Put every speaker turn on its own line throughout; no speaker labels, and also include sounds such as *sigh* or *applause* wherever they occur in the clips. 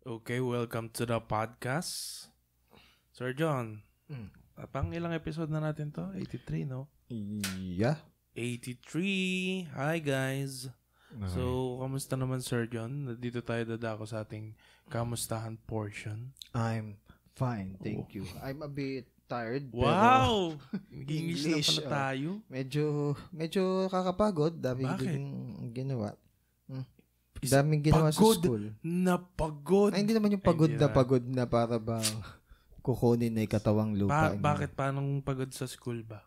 Okay, welcome to the podcast. Sir John,
Mm.
ah, pang ilang episode na natin to? 83, no?
Yeah.
83! Hi guys! So, kamusta naman Sir John? Dito tayo dadako sa ating kamustahan portion.
I'm fine, thank you. I'm a bit tired. Pero
Wow! English,
English,
na pala
ah.
tayo.
medyo, medyo kakapagod. Dami
Bakit?
din ginawa. Hmm.
Is-
Daming ginawa
pagod?
sa school.
Napagod!
Ay, hindi naman yung pagod
Ay, hindi
na
na.
pagod na para bang kukunin na yung katawang lupa.
Pa- bakit? Paanong pagod sa school ba?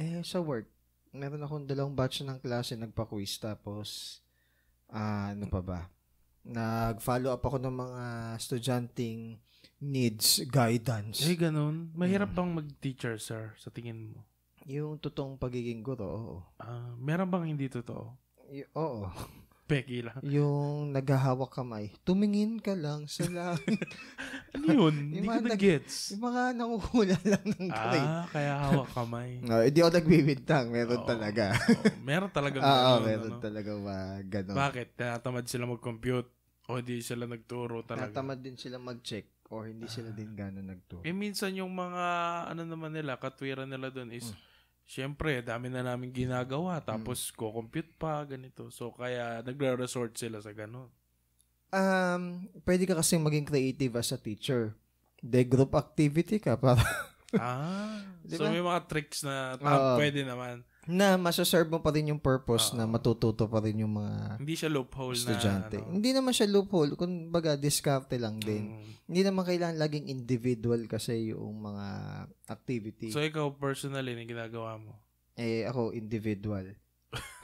Eh, sa work. Meron akong dalawang batch ng klase nagpa-quiz tapos ah, ano pa ba? Nag-follow up ako ng mga estudyanteng needs guidance.
Eh, ganun. Mahirap
Hmm.
bang mag-teacher, sir, sa tingin mo?
Yung totoong pagiging guro, oo.
Ah, meron bang hindi totoo?
Y- oo.
Peki lang.
*laughs*
*laughs*
Yung naghahawak kamay. Tumingin ka lang sa
*laughs*
langit.
Ano yun?
Yung
Hindi ko
mga nag-
na-gets.
yung mga nangukula lang *laughs* ng grade.
Ah, kaya hawak
*laughs*
kamay.
No, hindi ako nagbibintang. Meron
Oo.
talaga.
Oo, meron talaga
Oo,
ganun,
meron
ano?
talaga mga ganon.
Bakit? Tinatamad sila mag-compute o di sila nagturo talaga? Ah.
Natamad din sila mag-check or hindi sila din gano'n nagturo.
Eh, minsan yung mga, ano naman nila, katwiran nila doon is,
Mm.
syempre, dami na namin ginagawa, tapos ko-compute pa, ganito. So, kaya nagre-resort sila sa ganun.
Um, pwede ka kasi maging creative as a teacher. De group activity ka para *laughs*
*laughs* ah,
Di
so
ba?
may mga tricks na tam,
Oo.
pwede naman.
na masaserve mo pa rin yung purpose
Oo.
na matututo pa rin yung mga
Hindi siya loophole na,
estudyante.
ano,
Hindi naman siya loophole, kumbaga diskarte lang din.
mm.
Hindi naman kailangan laging individual kasi yung mga activity.
So, ikaw personally, na ginagawa mo?
eh ako individual. *laughs*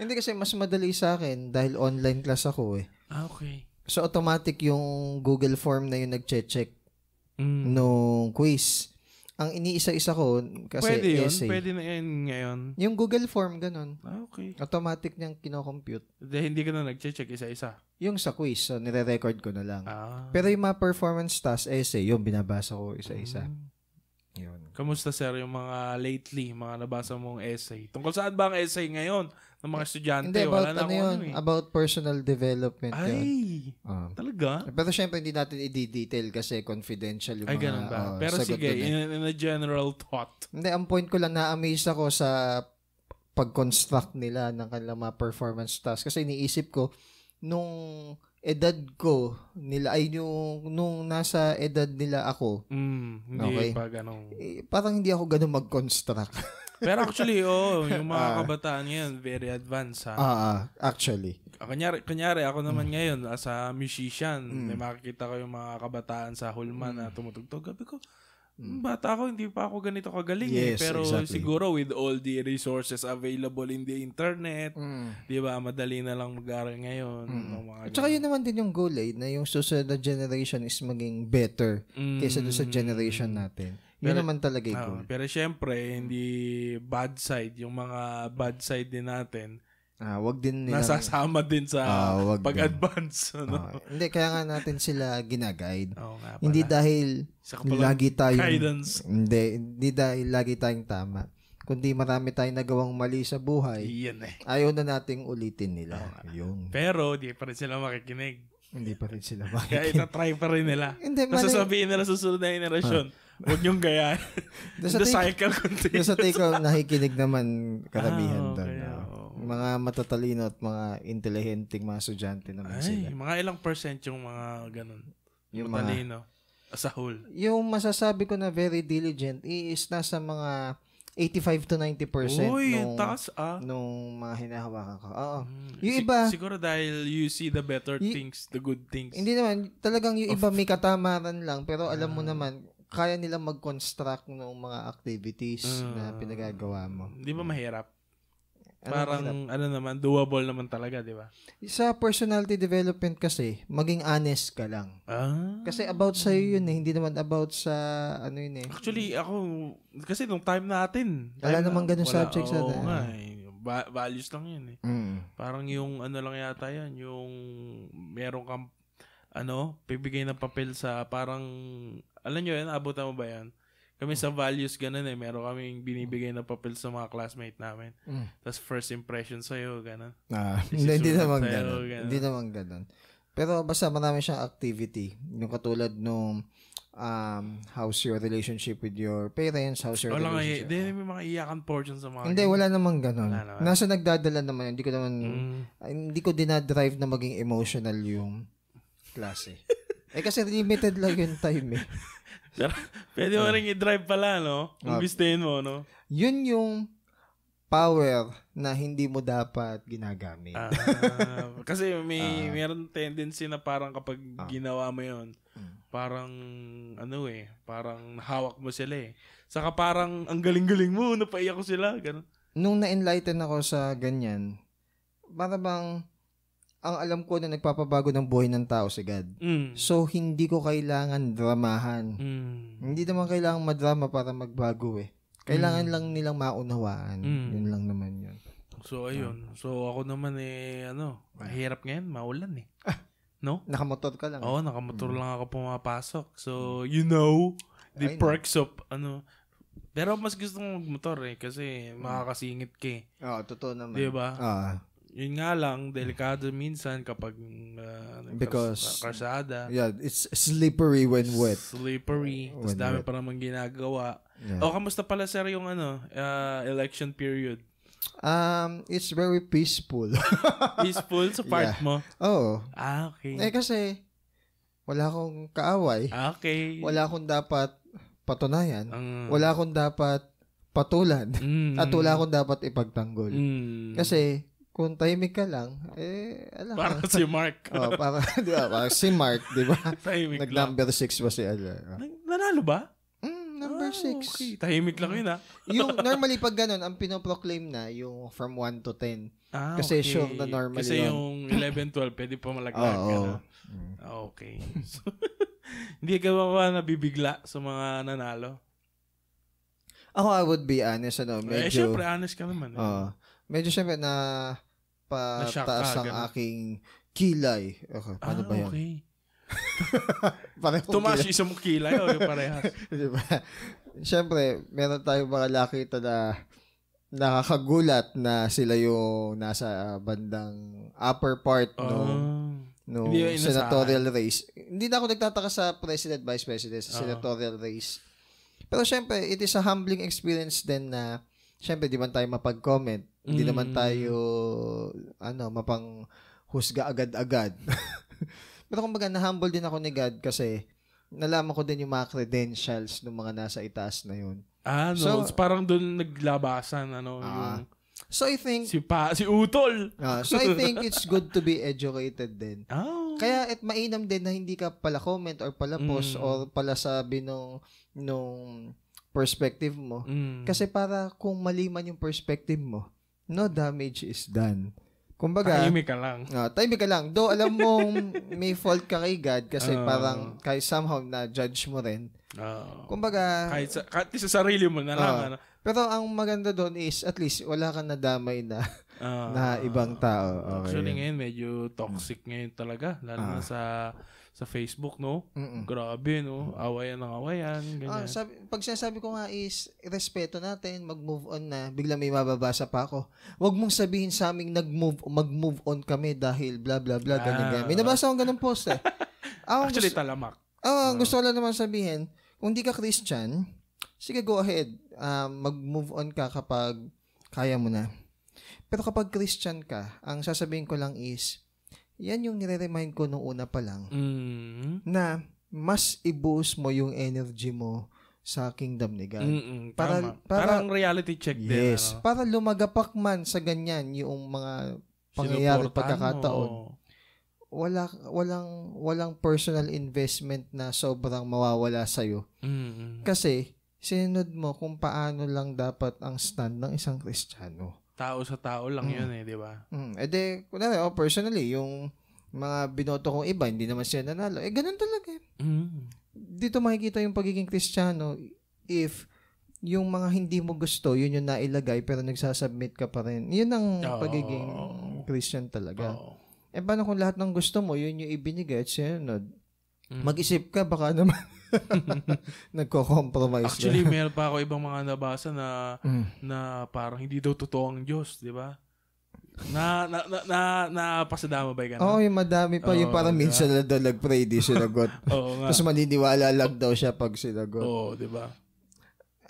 Hindi kasi mas madali sa akin dahil online class ako eh.
Ah, okay.
So automatic yung Google form na yung nagche-check
Mm.
nung quiz. Ang iniisa-isa ko kasi
pwede yun?
essay.
Pwede na yun ngayon?
Yung Google form ganun,
Ah, okay.
automatic niyang kinocompute.
Hindi, hindi ka na nag-check isa-isa.
Yung sa quiz, so nire-record ko na lang.
Ah.
Pero yung mga performance task essay, yun binabasa ko isa-isa.
Mm.
Yun.
Kamusta sir yung mga lately, mga nabasa mong essay? Tungkol saan ba ang essay ngayon ng mga estudyante?
Hindi, about
Wala na
ano
akong
yun,
ano eh.
about personal development
Ay,
yun. Ah.
talaga?
Pero syempre hindi natin i-detail kasi confidential yung
Ay,
mga
ganun ba?
oh,
Pero
sagot
sige,
dun eh.
in, in a general thought.
Hindi, ang point ko lang, na-amaze ako sa pag-construct nila ng kanilang mga performance task. Kasi iniisip ko, nung edad ko nila, ay yung, nung nasa edad nila ako,
Mm, hindi
Okay.
pa ganun.
eh, parang hindi ako ganun
Ah.
mag-construct.
Pero actually, oh, yung mga
*laughs* Ah.
kabataan ngayon, very advanced
Ah,
ha.
ah, actually.
Kanyari, kanyari, ako naman ngayon, as a musician,
Mm.
may makikita ko yung mga kabataan sa Hulma na tumutugtog. Gabi ko, "Hmm,
Mm.
Bata ako, hindi pa ako ganito kagaling eh.
Yes,
Pero
exactly.
siguro with all the resources available in the internet,
Mm.
di ba, madali na lang mag-aral ngayon. ng mga
At saka yun naman din yung goal eh, na yung susunod na generation is maging better
Mm.
kaysa doon sa generation natin.
Pero-
Yun
ah,
naman talaga yung
Oo,
goal.
pero syempre, hindi bad side. Yung mga bad side din natin,
Ah, wag din nila.
nasasama din sa
Ah, wag din.
pag-advance. *laughs* Ano?
Ah, hindi, kaya nga natin sila ginaguide.
Oo nga pala.
Hindi dahil
Isa ka Ah, palang
lagi tayong
guidance.
Hindi, hindi dahil lagi tayong tama. Kundi marami tayong nagawang mali sa buhay.
Iyan eh.
Ayaw na nating ulitin
Ah,
nila. Yun.
Pero, di pa rin sila makikinig.
Hindi pa rin sila
Kaya
makikinig.
itatry pa rin nila.
Hindi,
Tapos
malay.
sabihin nila sa susunod na generation,
Ah.
huwag niyong
*laughs*
gayahin.
Doon sa
The *laughs*
take-
cycle
doon
continues.
sa take ko, nakikinig naman
Ah,
karamihan doon.
okay,
no?
oo.
Mga matatalino at mga intelihenteng mga estudyante naman sila.
Ay, mga ilang percent yung mga ganun.
Yung mga
Matalino. Sa whole.
yung masasabi ko na very diligent is nasa mga 85 to 90%
Uy,
nung,
taas ah.
nung mga hinahawakan ko. Oo.
Mm,
Yung
sig-
iba-
siguro dahil you see the better
Y-
things, the good things.
Hindi naman, talagang yung iba may katamaran lang, pero alam
Ah.
mo naman, kaya nila mag-construct ng mga activities
Ah.
na pinagagawa mo.
Di ba mahirap?
Ano
Parang
mahirap?
ano naman, doable naman talaga, di ba?
Sa personality development kasi, maging honest ka lang.
Ah.
Kasi about sa'yo yun eh, hindi naman about sa, ano yun eh.
Actually, ako, kasi nung time natin.
Wala
time na-
namang ganun ano,
wala-
subject sa-
oo nga eh. Ba- values lang yun eh.
Mm.
Parang yung ano lang yata yan, yung meron kang ano, bibigay ng papel sa parang alam nyo yun, abutan mo ba yan? Kami sa values ganun eh, meron kaming binibigay na papel sa mga classmate namin.
Mm.
Tapos first impression sa'yo, ganun.
Ah,
Isusulat *laughs*
hindi, hindi naman
sa'yo,
ganun.
ganun.
Hindi naman ganun. Pero basta marami siyang activity. Yung katulad nung um, how's your relationship with your parents, how's your
Wala nga, eh.
relationship.
Di, may mga iyakan portion sa mga
Hindi,
ganyan.
wala namang ganun.
Wala naman.
Nasa nagdadala naman yun. Hindi ko naman,
Mm.
ay, hindi ko dinadrive na maging emotional yung
*laughs*
klase. eh kasi limited lang yung time eh.
Pero, pwede mo rin i-drive pala, no? Kung
Ah.
gustuhin mo, no?
Yun yung power na hindi mo dapat ginagamit.
Ah, *laughs* kasi may
Ah.
meron tendency na parang kapag
Ah.
ginawa mo 'yon,
Mm.
parang ano eh, parang hawak mo sila eh. Saka parang ang galing-galing mo, napaiyak ko sila, ganun.
Nung na-enlighten ako sa ganyan, para bang ang alam ko na nagpapabago ng buhay ng tao si God.
Mm.
So, hindi ko kailangan dramahan.
Mm.
Hindi naman kailangan madrama para magbago eh.
Mm.
Kailangan lang nilang maunawaan.
Mm.
Yun lang naman yun.
So
Ah.
ayun. So ako naman eh ano, mahirap ngayon, maulan eh.
Nakamotor ka lang.
Oo, nakamotor
Mm.
lang ako pumapasok. So,
Hmm.
you know, the
I know.
perks of ano. Pero mas gusto kong magmotor eh kasi
Hmm.
makakasingit ka eh.
Oo, totoo naman.
'Di ba?
Ah,
Yun nga lang, delikado minsan kapag uh,
Because-
karsada,
yeah, it's slippery when wet.
slippery, tapos
Wet,
dami
wet.
pa namang ginagawa.
Yeah.
O, kamusta pala sir yung ano, uh, election
*laughs*
period?
Um, it's very peaceful. *laughs*
Peaceful sa part
Yeah.
mo?
Oo.
Ah, okay.
Eh kasi, wala akong kaaway.
Ah, okay.
Eh, Wala akong dapat patunayan.
Ang-
Wala akong dapat patulan.
Mm.
At wala akong dapat ipagtanggol.
Mm.
Kasi, kung tahimik ka lang, eh, alam *laughs* mo.
Parang si Mark. *laughs*
oh, para, *laughs* di ba? Parang si Mark, di ba?
Tahimik lang.
Nag-number 6 ba si Ala?
Nag- Nanalo ba?
Mm,
Ah,
number 6.
Okay. Tahimik lang yun, ah.
yung normally pag ganun, ang pinoproclaim na yung from 1 to 10.
Ah,
Kasi
okay.
sure na normal
Kasi
yun.
yung 11, 12, pwede pa malaglag
*laughs* Oo.
ka na.
Mm.
Ah, Okay. So, *laughs* hindi ka ba ba nabibigla sa mga nanalo?
Ako, I would be honest, ano,
eh,
medyo,
syempre, honest ka naman. Eh.
Oo. medyo syempre na
Na-shock
pataas
ka,
ang
ganun.
aking kilay. Okay,
Ah,
paano ano ba yun?
okay.
Pareho
Tumaas yung isang kilay o yung parehas.
Di ba? Siyempre, meron tayong mga lakita na nakakagulat na sila yung nasa bandang upper part *laughs* no,
Oh.
no
Hindi yung inasahan.
senatorial race. Hindi na ako nagtataka sa president, vice president, sa
Oo.
senatorial race. Pero siyempre, it is a humbling experience din na siyempre, di man tayo mapag-comment. Hindi
Mm.
naman tayo ano, mapang husga agad-agad. *laughs* Pero kumbaga, na-humble din ako ni God kasi nalaman ko din yung mga credentials ng mga nasa itaas na yun.
Ah, no.
So-
So, parang doon naglabasan, ano,
Ah.
yung
So I think,
si, pa, si Utol.
ah, so I think it's good to be educated din.
Oh.
Kaya at mainam din na hindi ka pala comment or pala post
Mm.
or pala sabi nung nung perspective mo.
Mm.
Kasi para kung mali man yung perspective mo, no damage is done. Kumbaga,
tahimik ka lang.
Ah, tahimik ka lang. Though alam
*laughs*
mong may fault ka kay God kasi
Ah.
parang kahit somehow na judge mo rin.
Oh.
Kumbaga,
Kahit sa, kahit sa sarili mo na lang.
Ah.
ano.
pero ang maganda doon is at least wala kang nadamay na
Ah.
na ibang tao. Okay.
Actually ngayon medyo toxic ngayon talaga lalo na
Ah.
sa sa Facebook no.
Mm-mm.
Grabe no. Awayan ng awayan
Ah,
ganyan.
sabi, pag sinasabi ko nga is, respeto natin, mag-move on na, bigla may mababasa pa ako. Huwag mong sabihin sa aming nag-move, mag-move on kami dahil bla bla bla, ganyan
Ah.
ganyan. May nabasa akong ganun
*laughs*
post eh. Ah, ang
Actually
gusto,
talamak.
ah,
ah.
ang gusto ko lang naman sabihin, kung di ka Christian, sige go ahead, Ah, mag-move on ka kapag kaya mo na. Pero kapag Christian ka, ang sasabihin ko lang is, yan yung nire-remind ko nung una pa lang
Mm.
na mas i-boost mo yung energy mo sa kingdom ni God.
Mm.
Para-
Para,
para-
parang reality check din.
Yes.
ano.
Para lumagapak man sa ganyan yung mga pangyayari
Sinuportahan
pagkakataon.
mo.
Wala, walang, walang personal investment na sobrang mawawala sa'yo.
Mm.
Kasi, sinunod mo kung paano lang dapat ang stand ng isang Kristiyano.
Tao sa tao lang
Mm.
'yun eh, di ba?
Hmm. E de, kunwari, oh, personally, yung mga binoto kong iba, hindi naman sila nanalo. Eh, ganun talaga. eh.
Mm.
Dito makikita yung pagiging Kristiyano if yung mga hindi mo gusto, yun yung nailagay pero nagsasubmit ka pa rin. Yun ang
Oo.
pagiging Christian talaga.
Oo.
Eh, paano kung lahat ng gusto mo, yun yung ibinigay at sinunod?
Mm.
Mag-isip ka, baka naman *laughs* nagko-compromise ka. *laughs*
Actually, meron pa ako ibang mga nabasa na
Mm.
na parang hindi daw totoo ang Diyos, di ba? Na, na, na, na, napasadama ba yung
Oo,
ganun?
yung madami pa. yung
Oo,
parang
diba?
minsan nadalag pa hindi sinagot.
Oo nga.
Tapos maniniwala lang daw siya pag sinagot.
Oo, di ba?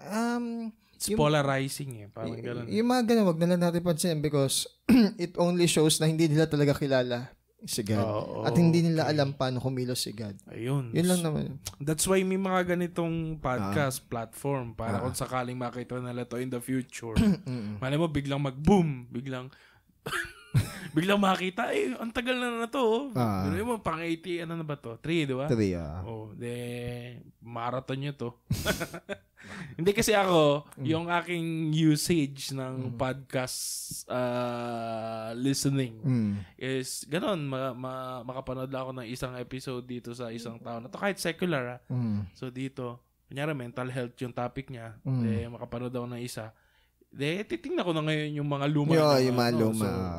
Um,
It's
Yung-
polarizing eh. Parang
y-
ganun.
yung mga ganun, wag na lang natin pansin because *clears throat* it only shows na hindi nila talaga kilala si God.
Oo,
At hindi
Oh,
nila
okay.
alam paano kumilos si God.
Ayun.
Yun lang naman.
That's why may mga ganitong podcast platform para
Ah.
kung sakaling makita nila to in the
*clears throat*
future.
*laughs* Mm-mm.
Malay mo, biglang mag-boom. Biglang, *laughs* biglang makita, eh, ang tagal na na to. Oh.
Ah.
Ganun mo, pang 80, ano na ba to? 3, di ba?
Three, ah.
Oh, de, marathon nyo to. *laughs* Hindi kasi ako,
Mm.
yung aking usage ng podcast ah, listening
Mm.
is ganun, ma- ma- makapanood lang ako ng isang episode dito sa isang taon. Ito kahit secular ah.
Mm.
So dito, kunyari mental health yung topic niya.
Mm.
De, makapanood ako ng isa. De, titingnan ko na ngayon yung mga luma.
Yo,
na-
yung mga
ano,
luma.
so,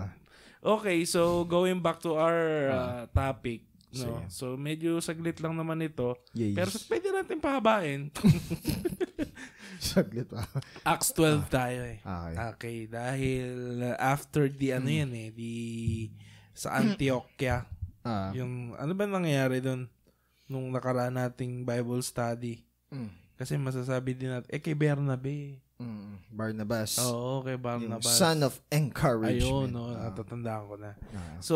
Okay, so going back to our uh, topic, no.
Ah. Sige.
So medyo saglit lang naman ito,
Yes.
pero pwede natin pahabain.
*laughs* Saglit pa.
Acts 12
Ah.
tayo eh.
Okay.
Okay, dahil uh, after the
Mm.
ano yan eh, the sa Antioquia,
Ah.
yung ano ba nangyayari doon nung nakaraan nating Bible study?
Mm.
Kasi masasabi din natin, eh kay Bernabe.
Mm. Barnabas.
Oo, kay Oh, Barnabas.
Yung son of encouragement.
Ayun, oh. no,
Ah.
natatandaan ko na.
Ah.
So,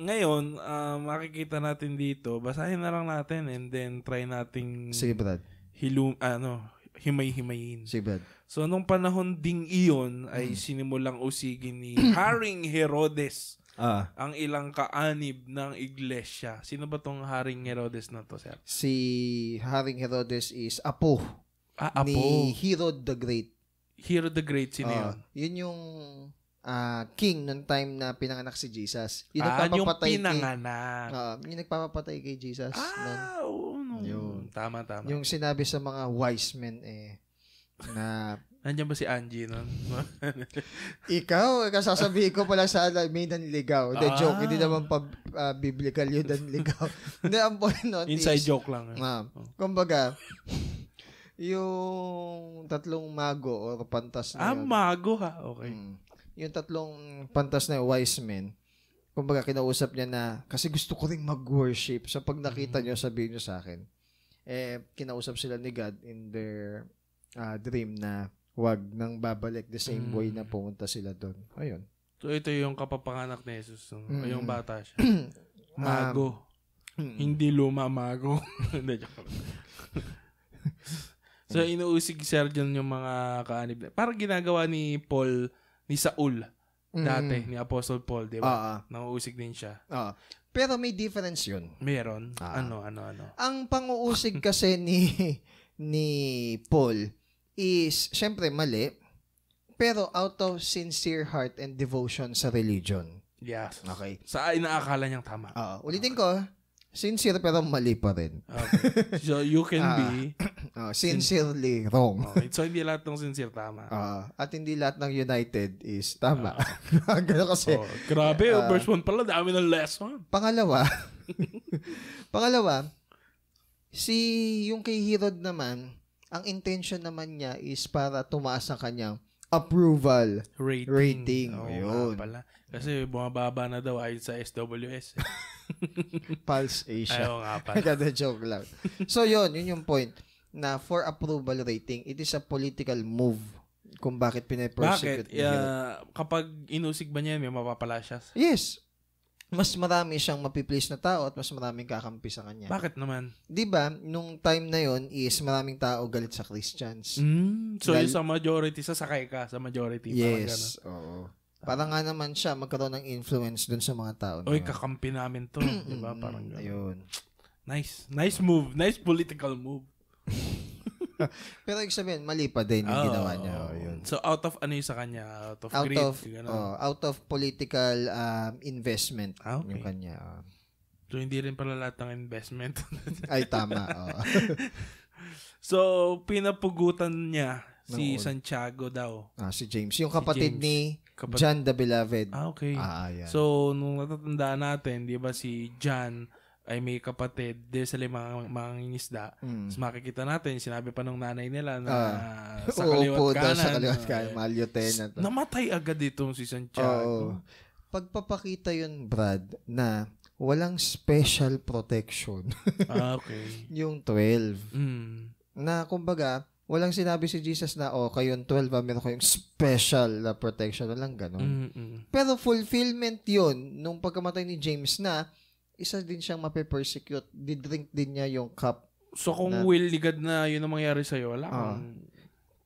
ngayon, ah, makikita natin dito, basahin na lang natin and then try nating
Sige, Brad.
hilu ano, himay-himayin.
Sige, Mm. Brad.
So, nung panahon ding iyon ay sinimulang usigin
*clears throat*
ni Haring Herodes
Ah.
ang ilang kaanib ng iglesia. Sino ba tong Haring Herodes na to, sir?
Si Haring Herodes is apo,
Ah,
ni
Apo.
Herod the Great.
Herod the Great, sino
Ah,
yun?
yun yung ah, king nung time na pinanganak si Jesus. Yun
ah, yung
nagpapapatay kay,
pinanganak.
Ah, yun nagpapapatay kay Jesus. nun.
ah, oo. No.
Yun.
Tama, tama.
Yung sinabi sa mga wise men eh, na
Nandiyan ba si Angie nun? *laughs*
Ikaw, kasasabihin ko pala sa ala, may nanligaw. Hindi,
Ah.
joke. Hindi naman pa ah, biblical
*laughs*
yun nanligaw. Hindi, ang point nun
Inside
is,
joke lang. eh.
ah, kumbaga, yung tatlong mago o pantas na
Ah,
yun,
mago ha. Okay.
mm, yung tatlong pantas na wise men, kumbaga kinausap niya na, kasi gusto ko ring mag-worship. So pag nakita
Mm-hmm.
niyo, sabihin niyo sa akin. Eh, kinausap sila ni God in their ah, dream na wag nang babalik the same
Mm.
way na pumunta sila doon. Ayun.
So, ito yung kapapanganak ni Jesus. no?
Mm.
Yung bata
*clears throat*
siya. Mago. Hindi lumamago. *laughs* Hindi, joke lang. so, inuusig si Sergeant yung mga kaanib. na- Parang ginagawa ni Paul, ni Saul,
Mm.
dati, ni Apostle Paul, di ba?
Ah, ah,
Nauusig din siya.
ah. Pero may difference yun.
Meron.
Ah.
Ano, ano, ano.
Ang panguusig kasi *laughs* ni ni Paul is syempre mali pero out of sincere heart and devotion sa religion.
Yes.
Okay.
Sa inaakala niyang tama.
Ah, ulitin ko, sincere pero mali pa rin.
Okay. So, you can
Ah.
be.
Ah, sincerely wrong.
Okay. So, hindi lahat ng sincere tama.
Ah, at hindi lahat ng United is tama. *laughs* Ah, Ganun kasi.
Oh, grabe,
Ah.
verse 1 pala, dami ng lesson.
Pangalawa, pangalawa, si yung kay Herod naman, ang intention naman niya is para tumaas ang kanyang approval.
Rating.
Rating,
Oo nga
ayun.
pala. Kasi bumababa na daw ayon sa SWS.
Pulse Asia.
Ayaw nga
*laughs*
pala.
Kada joke lang. So yun, yun yung point na for approval rating, it is a political move kung bakit
Bakit?
pinapersecute ni Herod.
Ah, kapag inusig ba niya, may mapapala siya.
Yes. Mas marami siyang mapiplease na tao at mas maraming kakampi sa kanya.
Bakit naman?
'Di ba? Nung time na yon is maraming tao galit sa Christians.
Mm, so,
Hmm, Dahil-
yung sa majority, sasakay ka sa majority. parang ganun.
Yes, oo. Para nga naman siya magkaroon ng influence dun sa mga tao.
Oy,
*clears throat*
kakampi namin to. diba? Parang
gano'n.
ganun.
Ayun.
Nice. Nice move. Nice political move.
Pero ibig sabihin, mali pa din yung
Ah, Oo.
ginawa niya. Oh, yun.
So, out of ano yung sa kanya? Out of
Out
greed.
of,
ganun.
oh, out of political um, investment
Ah, okay.
yung kanya. oh.
So, hindi rin pala lahat ng investment.
Ay, tama.
*laughs*
oh.
so, pinapugutan niya si
Noon.
Santiago daw.
Ah, si James. Yung kapatid
James.
ni
Kapat-
John the Beloved.
Ah, okay.
Ah, yan.
So, nung natatandaan natin, di ba si John, ay may kapatid dahil sa limang mangingisda.
Mm.
Tapos makikita natin, sinabi pa nung nanay nila na *laughs*
Ah.
sa
Oo,
kaliwat
po, daw
kanan.
Sa kaliwat
ah,
kanan. Mahal lieutenant.
eh, Namatay agad itong si
Oo.
Santiago.
Pagpapakita yun, Brad, na walang special protection *laughs*
Ah, okay.
yung 12. *laughs*
Mm.
Na kumbaga, walang sinabi si Jesus na, oh, kayong 12, ah, meron kayong special na protection. Walang ganun.
Mm-mm.
Pero fulfillment yun, nung pagkamatay ni James na, isa din siyang mape-persecute. Didrink din niya yung cup.
So kung
Na-
will ligad na yun ang mangyari sa'yo, wala
Ah.
kang...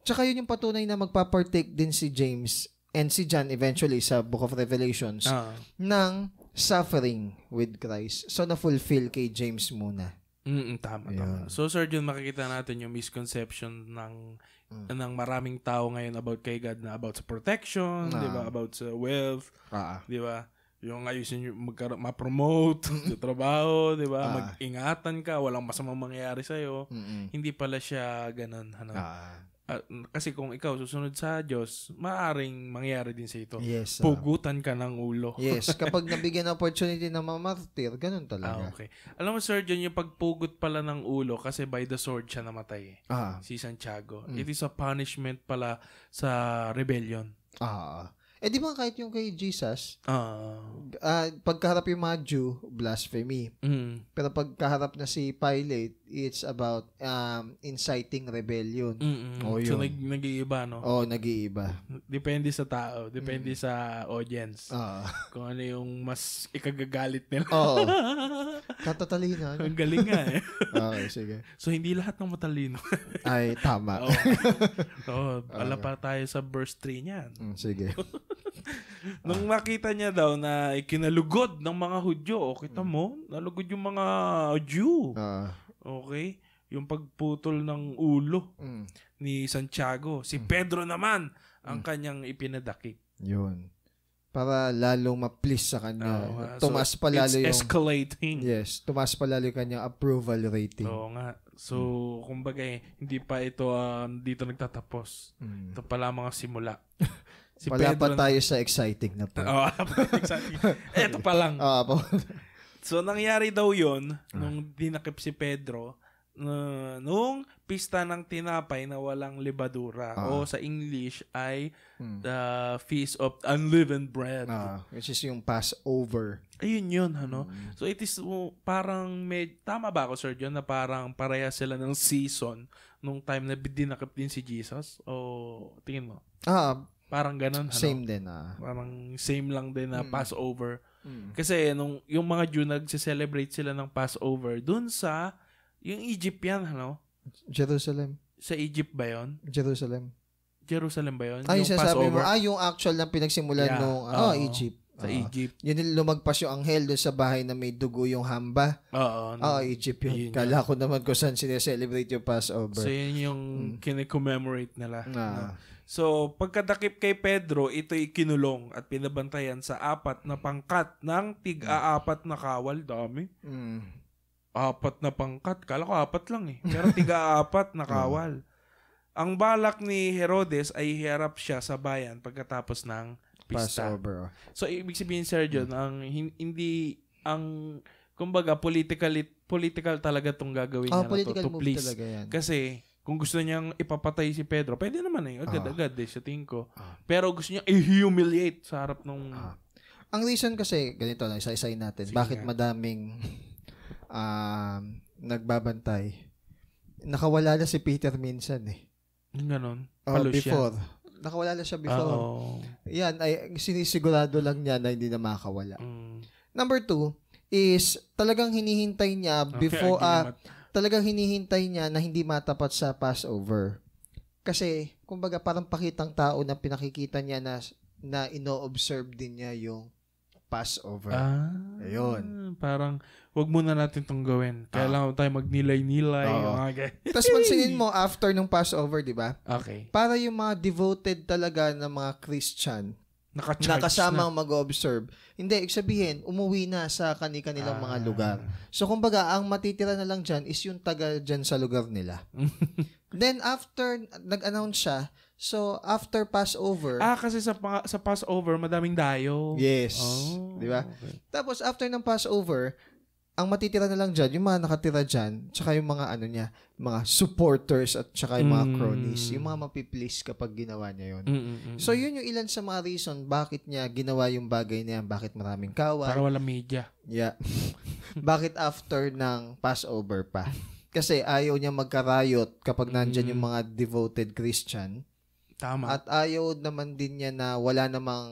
Tsaka yun yung patunay na magpapartake din si James and si John eventually sa Book of Revelations
Ah.
ng suffering with Christ. So, na-fulfill kay James muna.
Mm, tama, tama.
Ayan.
So, Sir Jun, makikita natin yung misconception ng
Mm.
ng maraming tao ngayon about kay God na about sa protection,
Ah.
di ba? About sa wealth,
Ah.
di ba? Yung ayusin yung magkaro- ma-promote *laughs* sa trabaho, di ba?
Mm. Ah.
Mag-ingatan ka, walang masamang mangyayari sa'yo.
Mm-mm.
Hindi pala siya ganun. Ano?
Ah.
At, kasi kung ikaw susunod sa Diyos, maaring mangyari din sa ito.
Yes. ah.
Pugutan ka ng ulo.
yes. Kapag nabigyan ng opportunity na mamartir, ganun
Ah,
talaga.
okay. Alam mo, Sir John, yung pagpugot pala ng ulo kasi by the sword siya namatay eh.
Ah.
Si Santiago.
Mm.
It is a punishment pala sa rebellion.
Ah. Eh, di ba kahit yung kay Jesus,
Ah.
ah, pagkaharap yung mga Jew, blasphemy.
mm.
Pero pagkaharap na si Pilate, it's about um, inciting rebellion.
Mm-mm.
Oh,
so,
yun.
nag- nag-iiba, no?
Oo, oh, nag-iiba.
Depende sa tao. Depende sa audience.
Ah. Oh,
Kung ano yung mas ikagagalit nila.
Oo. Katatalinan.
*laughs* Ang galing nga eh.
okay, sige.
So, hindi lahat ng matalino.
Ay, tama.
Oo.
*laughs*
Oo,
Ah.
ala pa tayo sa verse 3 niyan.
Mm, sige.
Nung makita niya daw na ikinalugod ng mga Hudyo, o kita
Mm.
mo, nalugod yung mga Jew.
Ah.
Okay? Yung pagputol ng ulo
mm,
ni Santiago. Si Pedro naman ang kanyang ipinadakip.
yun. Para lalong ma-please sa kanya.
Oo nga. So,
tumas pa lalo
It's
yung...
escalating.
Yes, tumas pa lalo yung kanyang approval rating.
Oo nga. So,
Mm.
kumbaga eh, hindi pa ito ah, dito nagtatapos.
Mm.
Ito pala mga
*laughs*
simula. Si
Wala pa
Pedro Ah,
tayo sa exciting na part.
*laughs* Oo, wala pa tayo exactly. Ito pa lang. *laughs*
Ah, po.
So, nangyari daw yon nung dinakip si Pedro na- nung pista ng tinapay na walang libadura
Ah.
o sa English ay
Mm.
the Feast of Unleavened Bread.
Ah, which is yung Passover.
Ayun yun, ano?
Mm.
So, it is oh, parang may... Tama ba ako, Sir John, na parang pareha sila ng season nung time na dinakip din si Jesus? O tingin mo?
Ah,
Parang ganun, ano?
same din ah.
Parang same lang din na
Mm.
Passover.
Mm.
Kasi eh, nung yung mga Jew nagse-celebrate sila ng Passover dun sa yung Egypt yan, ano?
Jerusalem.
Sa Egypt ba 'yon?
Jerusalem.
Jerusalem ba 'yon? Ano
Ah, yung
yung
sasabi
Passover
mo, ah, yung actual na pinagsimulan
Yeah,
nung,
oo.
ah, Egypt.
sa E-
Ah.
Egypt.
Yun yung lumagpas yung anghel doon sa bahay na may dugo yung hamba.
Oo. no.
Ah, Egypt yun.
Hmm. Yun
Kala ko naman kung saan sineselebrate yung
So
Passover.
yun yung
Mm.
kine-commemorate nila. no?
Ah,
So pagkadakip kay Pedro, ito'y kinulong at pinabantayan sa apat na pangkat ng tig-aapat na kawal. Dami.
mm,
apat na pangkat. Kala ko apat lang eh.
*laughs*
Pero tiga-apat na kawal. Ang balak ni Herodes ay hiharap siya sa bayan pagkatapos ng pista.
Passover. oh.
So, ibig sabihin, Sergio, ang hin- hindi, ang, kumbaga, political, political talaga itong gagawin
Ah,
niya
political
na to, to
move
please.
talaga yan.
Kasi, kung gusto niyang ipapatay si Pedro, pwede naman eh, agad-agad eh, sa tingin ko.
Ah.
Pero gusto niya i-humiliate sa harap nung...
Ah. Ang reason kasi, ganito na, isa-isayin natin.
Sige
bakit
nga.
madaming *laughs* um, nagbabantay? Nakawala na si Peter minsan eh.
yung Ganon.
Oh,
Palo siya. Ah, oh.
before. Nakawala na siya before.
Oo.
Yan, ay, sinisigurado lang niya na hindi na makawala.
Mm.
Number two is talagang hinihintay niya
Okay,
before, ah,
agreement.
talagang hinihintay niya na hindi matapat sa Passover. Kasi, kumbaga, parang pakitang tao na pinakikita niya na, na ino-observe din niya yung Passover.
Ah.
Ayun. Ah.
Parang, wag muna natin tong gawin. Kailangan tayo magnilay-nilay.
Oo.
mga ganyan.
Tapos pansinin mo, after nung Passover, di ba?
Okay.
Para yung mga devoted talaga ng mga Christian
Nakacharge
na kasamang mag-observe. Hindi, ibig sabihin, umuwi na sa kani-kanilang mga
Ah.
lugar. So, kumbaga, ang matitira na lang dyan is yung taga dyan sa lugar nila.
*laughs*
Then, after, nag-announce siya, so, after Passover,
Ah, kasi sa, pa- sa Passover, madaming dayo.
yes,
Oh,
di ba?
okay.
Tapos, after ng Passover, ang matitira na lang dyan, yung mga nakatira dyan, tsaka yung mga ano niya, mga supporters at tsaka yung mga
Mm.
cronies, yung mga mapiplease kapag ginawa niya yun.
Mm-mm-mm.
So, yun yung ilan sa mga reason bakit niya ginawa yung bagay na yan, bakit maraming kawan,
Para walang media.
Yeah. *laughs* Bakit after ng Passover pa? Kasi ayaw niya magkarayot kapag nandyan
Mm.
yung mga devoted Christian.
Tama.
At ayaw naman din niya na wala namang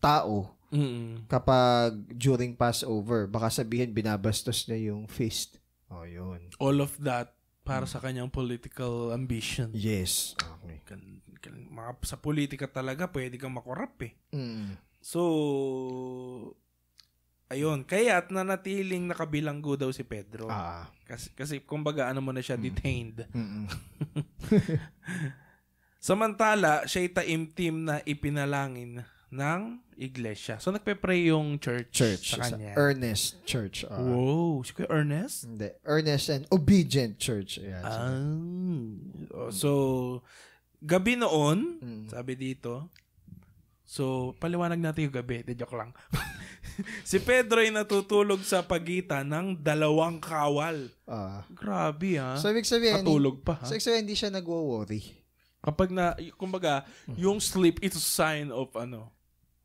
tao
Mm-mm.
kapag during Passover. Baka sabihin binabastos niya yung feast. Oh, yun.
All of that para sa kanyang political ambition.
Yes. Okay.
Gan- gan- mga- Sa politika talaga, pwede kang makorap eh.
Mm.
So, ayun. Kaya at nanatiling nakabilanggo daw si Pedro.
Ah.
Kasi, kasi kumbaga, ano mo na siya,
Mm.
detained.
Mm-mm.
Samantala, siya'y taimtim na ipinalangin ng iglesia. So, nagpe-pray yung church,
Church.
sa
Sa
kanya.
earnest church. Ah.
wow, si Kuya Ernest?
Hindi. Earnest and obedient church. Yeah.
Ah. Oh, So, gabi noon,
Mm.
sabi dito, so, paliwanag natin yung gabi. De, joke lang. *laughs* si Pedro ay natutulog sa pagitan ng dalawang kawal.
Ah.
Grabe, ha?
So, ibig sabihin,
Katulog pa, ha?
So, ibig sabihin, hindi siya nagwo-worry.
Kapag na, y- kumbaga, yung sleep, it's a sign of ano.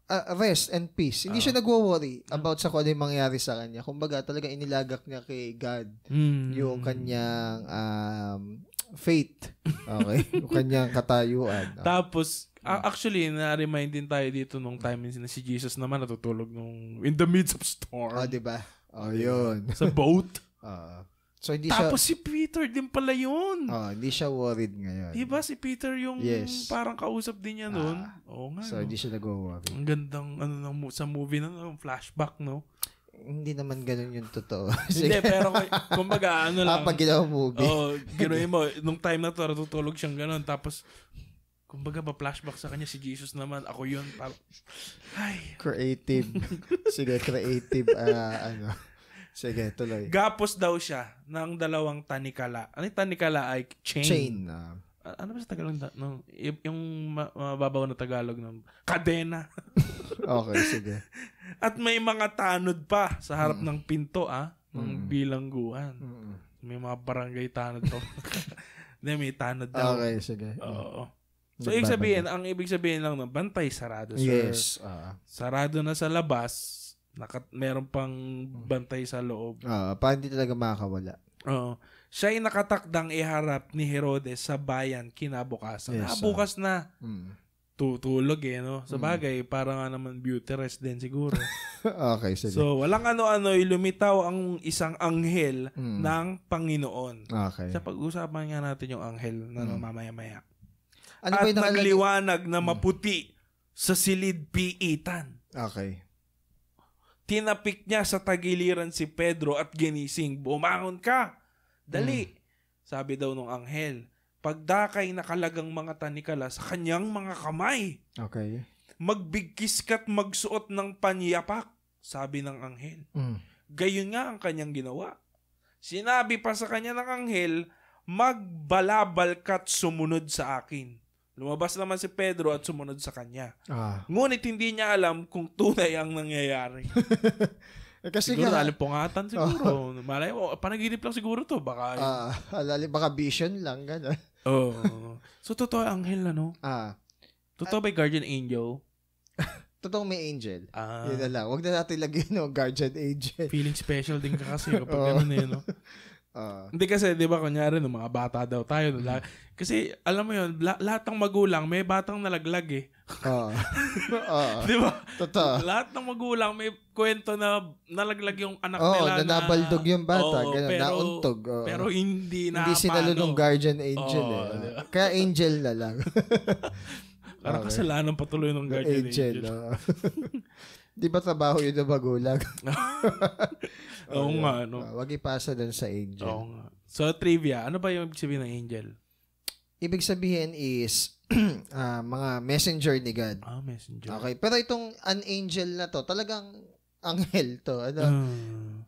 Ah, rest and peace.
Ah.
Hindi siya nagwo-worry about sa kung ano yung mangyari sa kanya. Kumbaga, talaga inilagak niya kay God
Hmm.
yung kanyang um, faith. *laughs* Okay? yung kanyang katayuan. Ah.
Tapos, a- actually, na-remind din tayo dito nung time na si Jesus naman natutulog nung in the midst of storm.
Oh, di ba? Oh, yun.
sa
*laughs*
boat.
Ah. so, hindi siya,
Tapos si Peter din pala yun.
oh, hindi siya worried ngayon.
Diba si Peter yung
Yes. Ah,
parang kausap din niya noon? Oo nga.
So,
no?
hindi siya nagwo-worry.
Ang gandang ano ng mo- sa movie na no, flashback, no?
Hindi naman ganun yung totoo. *laughs*
Hindi,
Sige.
pero kumbaga
*laughs*
ano lang.
Ah, pag ginawa movie.
Oo, ganoin mo. Nung time na to, natutulog siyang gano'n. Tapos, kumbaga ba flashback sa kanya si Jesus naman. Ako yun. Par- Ay. *laughs*
Creative. Sige, creative. ah, ano. Sige, tuloy.
Gapos daw siya ng dalawang tanikala. Ano yung tanikala ay chain?
Chain. ah.
A- ano ba sa Tagalog? na- No, Y- yung ma- mababaw na Tagalog ng kadena.
okay, sige.
At may mga tanod pa sa harap
Mm.
ng pinto, ah. Ng
Mm.
bilangguan.
Mm.
May mga barangay tanod to.
*laughs*
Hindi, may tanod daw.
Okay, sige.
Oo. Oh. So, ibig sabihin, ang ibig sabihin lang ng bantay sarado, sir.
Yes. ah
sarado na sa labas, naka, meron pang bantay sa loob.
ah parang hindi talaga makakawala.
Oo. Siya ay nakatakdang iharap ni Herodes sa bayan kinabukasan.
Yes,
ah, bukas na.
Mm. *laughs*
Tutulog eh, no? Sa bagay, para nga naman beauty rest din siguro.
okay, *laughs* sige.
so, walang ano-ano, lumitaw ang isang anghel
Mm.
ng Panginoon.
okay. Mm.
Sa pag-usapan nga natin yung anghel na no, mamaya-maya.
Ano ba
At
yung nakalagay?
nagliwanag na maputi sa silid piitan.
Okay.
Tinapik niya sa tagiliran si Pedro at ginising, Bumangon ka! Dali! Sabi daw nung anghel. Pagdakay nakalagang mga tanikala sa kanyang mga kamay.
Okay.
Magbigkis ka't magsuot ng panyapak, sabi ng anghel.
Mm.
Gayon nga ang kanyang ginawa. Sinabi pa sa kanya ng anghel, magbalabal ka't sumunod sa akin. Lumabas naman si Pedro at sumunod sa kanya.
Ah.
Ngunit hindi niya alam kung tunay ang
*laughs*
nangyayari.
Eh, kasi
Siguro
nga,
alimpungatan siguro. Malay mo, panaginip lang siguro to. Baka,
ah, alali, baka vision lang, gano'n.
oh. So, totoo ang anghel, ano?
Ah,
Totoo ba yung guardian angel?
totoong may angel.
Ah,
Yun na lang. Huwag na natin lagyan no, guardian
*laughs*
angel.
feeling special din ka kasi kapag
Oo.
ganun eh, no?
Ah,
Hindi kasi, di ba, kunyari, nung mga bata daw tayo. no, la- kasi, alam mo yun, la- lahat ng magulang, may batang nalaglag eh.
ah,
*laughs*
ah,
Di ba?
totoo.
Lahat ng magulang, may kwento na nalaglag yung anak
Oo,
nila. na-
nanabaldog yung bata,
Oo,
ganun,
pero-
nauntog, oo.
Pero hindi na
Hindi sinalo ng guardian angel.
Oo, diba?
eh.
di ba?
Kaya angel na lang.
Parang
Okay.
kasalanan patuloy ng *laughs* guardian angel.
angel. oo. *laughs* Di ba trabaho yun ng magulang?
*laughs* Oo nga, no?
Ah, wag ipasa dun sa angel.
Oo nga. So, trivia. Ano ba yung ibig sabihin ng angel?
Ibig sabihin is *clears throat* ah, mga messenger ni God.
Ah, messenger.
Okay, pero itong an angel na to, talagang anghel to. Ano?
Ah.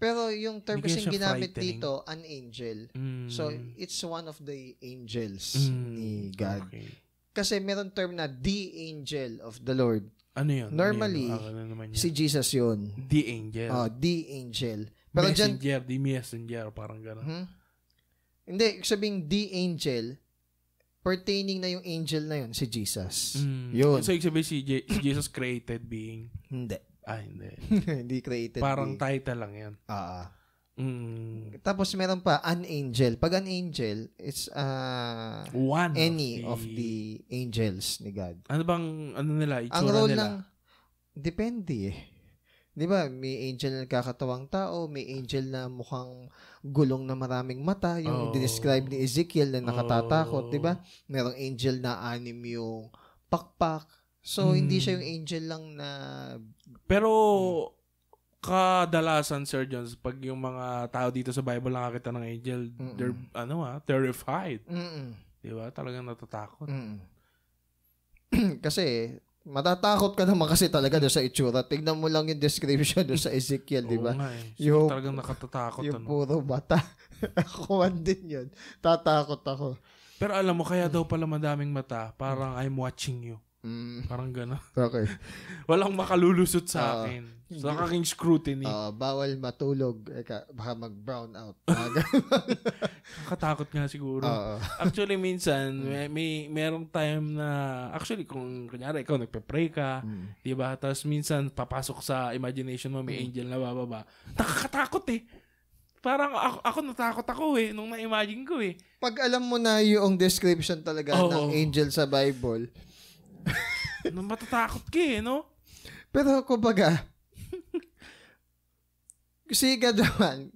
Pero yung term
Hindi kaya
kasi
siya
ginamit
frightening.
dito, an angel.
Mm.
So, it's one of the angels
Mm.
ni God.
Okay.
Kasi meron term na the angel of the Lord.
Ano yun?
Normally,
ano yun? Ah, ano naman yun?
Si Jesus yun.
The angel.
Oh, the angel. Pero dyan,
messenger, di messenger, parang gano'n.
Hmm? Hindi, sabing the angel, pertaining na yung angel na yun, si Jesus.
Mm.
Yun.
So, ibig sabihin si, Je- si Jesus created being.
Hindi. *laughs*
Ah, hindi.
Hindi created.
Parang
being.
title lang yan.
Ah.
Mm.
Tapos meron pa, an angel. Pag an angel, it's uh,
One
any
of
of
the...
the angels ni God.
Ano bang, ano nila,
Ang
itsura
role
nila?
ng, depende eh. Di ba, may angel na kakatawang tao, may angel na mukhang gulong na maraming mata, yung
Oo.
describe ni Ezekiel na nakatatakot,
Oo.
di ba? Merong angel na anim yung pakpak. So, hindi
Hmm.
siya yung angel lang na,
Pero, kadalasan, Sir Jones, pag yung mga tao dito sa Bible nakakita ng angel,
Mm-mm.
they're, ano ah, terrified.
mm
Di ba? Talagang natatakot.
Mm. *clears throat* Kasi, matatakot ka naman kasi talaga doon sa itsura. Tignan mo lang yung description doon sa Ezekiel, di
Oo
ba?
nga eh. So,
Yung-
talagang nakatatakot.
Yung
ano.
puro bata. *laughs* ako man din yun. Tatakot ako.
Pero alam mo, kaya daw pala madaming mata, parang I'm watching you.
Mm,
Parang gano'n.
okay.
*laughs* Walang makalulusot
Ah.
sa akin.
Hindi.
Sa aking scrutiny.
Ah, bawal matulog. Eka, baka mag-brown
*laughs*
out. Mga ganun. Ah,
Nakatakot nga siguro.
Oo.
*laughs* Actually, minsan, may,
Mm.
may merong time na, actually, kung kunyari, ikaw nagpe-pray ka,
Mm.
di ba? Tapos minsan, papasok sa imagination mo, may
Mm.
angel na bababa. Nakakatakot eh. Parang ako, ako natakot ako eh, nung na-imagine ko eh.
Pag alam mo na yung description talaga
Oo.
ng angel sa Bible,
Nung matatakot ka eh, no?
pero kumbaga, *laughs* si God naman,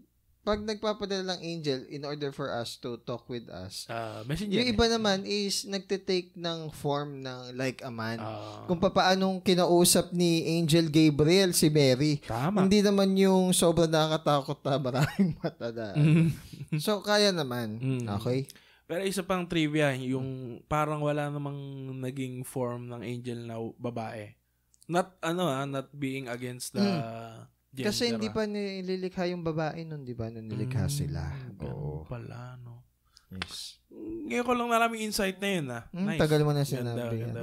pag nagpapadala ng angel in order for us to talk with us,
Ah, messenger.
yung iba naman is nagtitake ng form ng like a man.
Ah,
kung papaanong kinausap ni Angel Gabriel si Mary.
*laughs* tama.
Hindi naman yung sobrang nakakatakot na maraming *laughs* mata na.
Mm.
So, kaya naman.
Mm.
Okay?
Pero isa pang trivia, yung parang wala namang naging form ng angel na babae. Not, ano ah, not being against the gender.
Hmm. Kasi hindi
ah.
pa nililikha yung babae nun, di ba? Nung nilikha
Mm,
sila.
ganun
Oo.
pala, no?
Yes.
Ngayon ko lang naraming insight na yun, ah.
Mm,
nice.
Tagal mo na
Ganda,
sinabi. yan.
ganda.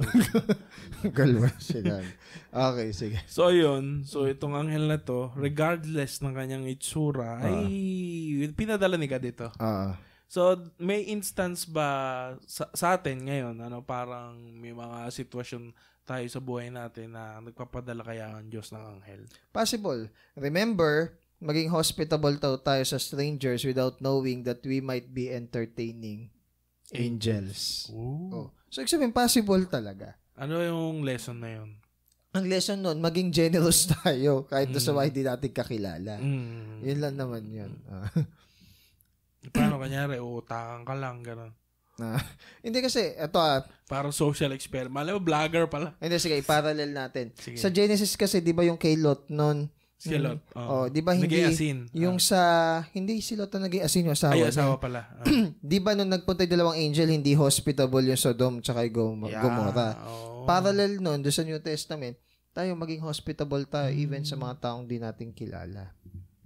*laughs*
tagal mo *laughs* na sinabi. Okay, sige.
so, yun. So, itong anghel na to, regardless ng kanyang itsura,
Ah.
ay pinadala ni God ito.
Ah.
So, may instance ba sa, sa atin ngayon, ano, parang may mga sitwasyon tayo sa buhay natin na nagpapadala kaya ang Diyos ng anghel?
Possible. Remember, maging hospitable daw tayo sa strangers without knowing that we might be entertaining angels.
Ooh.
Oh. So, ibig sabihin, possible talaga.
Ano yung lesson na yun?
ang lesson nun, maging generous *laughs* tayo kahit na sa
Mm.
mga hindi natin kakilala.
Mm.
Ah, Yun lang naman yun. Ah. *laughs*
Paano kanyari, uutangan ka lang, gano'n.
hindi kasi, ito ah,
Parang social experiment. Alam mo, vlogger pala.
hindi sige, i-parallel natin.
Sige.
Sa Genesis kasi, di ba yung kay Lot nun?
Si Lot.
Oh, di ba hindi,
Nag-iasin.
yung sa, hindi si Lot na naging asin yung asawa.
Ah. Ay,
niya.
asawa pala. Ah.
Di ba nung nagpunta yung dalawang angel, hindi hospitable yung Sodom tsaka yung Gom-
Yeah, Oh.
Gomorrah.
oo.
Parallel nun, doon sa New Testament, tayo maging hospitable tayo even sa mga taong di natin kilala.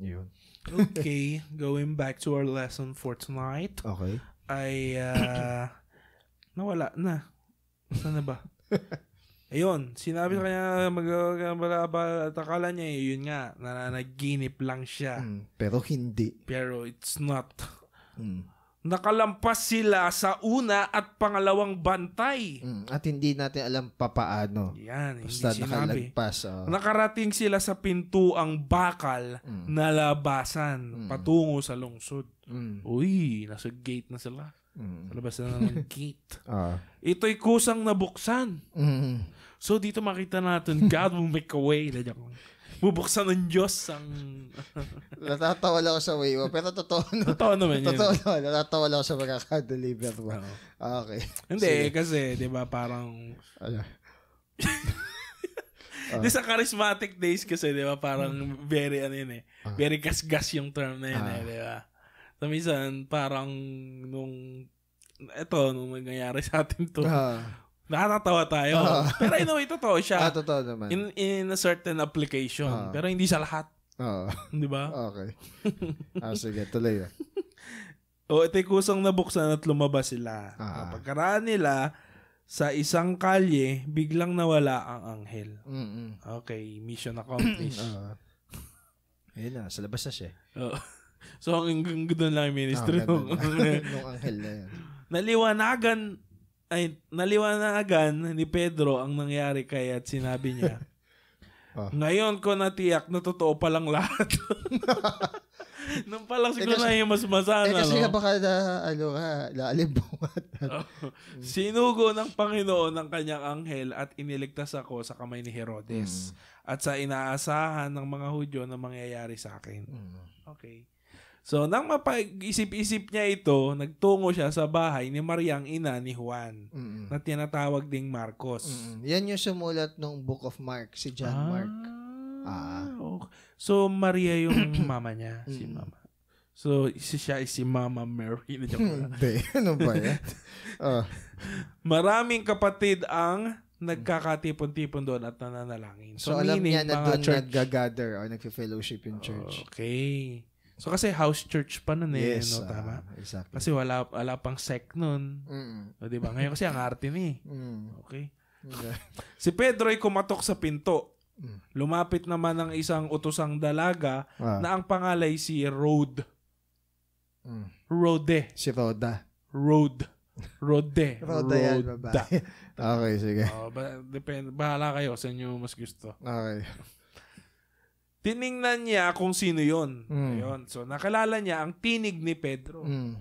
Yun.
okay, going back to our lesson for tonight.
Okay.
Ay, ah, *coughs* nawala na. Saan na ba? Ayun, sinabi sa kanya magkakabala at akala niya, eh, yun nga, nananaginip lang siya.
Mm, pero hindi.
Pero it's not.
Mm.
Nakalampas sila sa una at pangalawang bantay.
Mm, at hindi natin alam papaano.
Yan, hindi
Basta
sinabi.
nakalagpas. Oh.
Nakarating sila sa pintuang bakal
Mm.
na labasan
Mm.
patungo sa lungsod.
Mm,
Uy, nasa gate na sila.
mm,
Labas na ng *laughs* gate.
ah.
Ito'y kusang nabuksan.
Mm,
So dito makita natin, God will make a way. Dadyak lang. Bubuksan ng Diyos ang...
*laughs* natatawa lang ako sa way mo, pero totoo na.
Totoo naman *laughs* yun.
totoo na, natatawa lang ako sa magkakadeliver mo.
Oo.
Okay.
Hindi,
Sige.
kasi, di ba, parang...
Ano? Ah.
Di sa charismatic days kasi, di ba, parang very, ano yun eh.
Ah.
Very gasgas yung term na yun
Ah.
eh, di ba? So, minsan, parang nung... Eto, nung nangyayari sa atin to.
Ah,
Nakakatawa tayo.
Ah.
Pero in a way, totoo
ah,
siya.
totoo naman.
In, in a certain application.
Ah.
Pero hindi sa lahat. *laughs*
Oo.
Di ba?
*laughs* okay. ah, sige, tuloy na.
O ito'y kusang nabuksan at lumabas sila.
Ah.
Pagkaraan nila, sa isang kalye, biglang nawala ang anghel.
Mm, mm. *clears throat*
Okay, mission accomplished.
Ah. Ayun na, sa labas na siya.
Oo. *laughs* so, ang hanggang doon lang yung ministry.
Ah,
*laughs* ng-
ganda na. Nung anghel na yan.
naliwanagan ay naliwanagan ni Pedro ang nangyari kay at sinabi niya.
*laughs* Ah.
Ngayon ko natiyak na totoo pa lang
*laughs*
lahat. *laughs* Nung pa lang siguro
Eh, kasi-
na yung mas
eh,
masana.
kasi
no?
nga baka na, ano ka, laalibungat.
Oo. Sinugo ng Panginoon ang kanyang anghel at iniligtas ako sa kamay ni Herodes
Mm.
at sa inaasahan ng mga Hudyo na mangyayari sa akin.
Mm.
Okay. So, nang mapag-isip-isip niya ito, nagtungo siya sa bahay ni Maria ang ina ni Juan
Mm-mm.
na tinatawag ding Marcos.
Mm-mm. Yan yung sumulat ng Book of Mark, si John
Ah,
Mark. Ah.
okay. So, Maria yung
*coughs*
mama niya, si
Mm.
mama. So, si siya is si Mama Mary. *laughs* Na joke lang.
Hindi, *laughs* ano ba yan? Ah,
Maraming kapatid ang nagkakatipon-tipon doon at nananalangin.
so, alam
meaning,
niya na
mga
doon
church-
nag-gather or nagfe-fellowship yung church.
Okay. So kasi house church pa nun eh.
yes,
no,
ah,
tama?
exactly.
Kasi wala, wala pang sec nun.
Mm-mm.
O, di ba? Ngayon kasi ang arte ni. eh.
Mm.
Okay.
Hindi.
Si Pedro ay kumatok sa pinto.
Mm.
Lumapit naman ang isang utosang dalaga
Ah,
na ang pangalay si Rode.
mm.
Rode.
Si Roda.
Rode. Rode.
Roda yan,
Roda.
babae. *laughs* okay, sige.
Oh, ba- depend- bahala kayo sa inyo mas gusto.
Okay.
Tiningnan niya kung sino yon.
Mm.
Ayun. So, nakalala niya ang tinig ni Pedro.
Mm.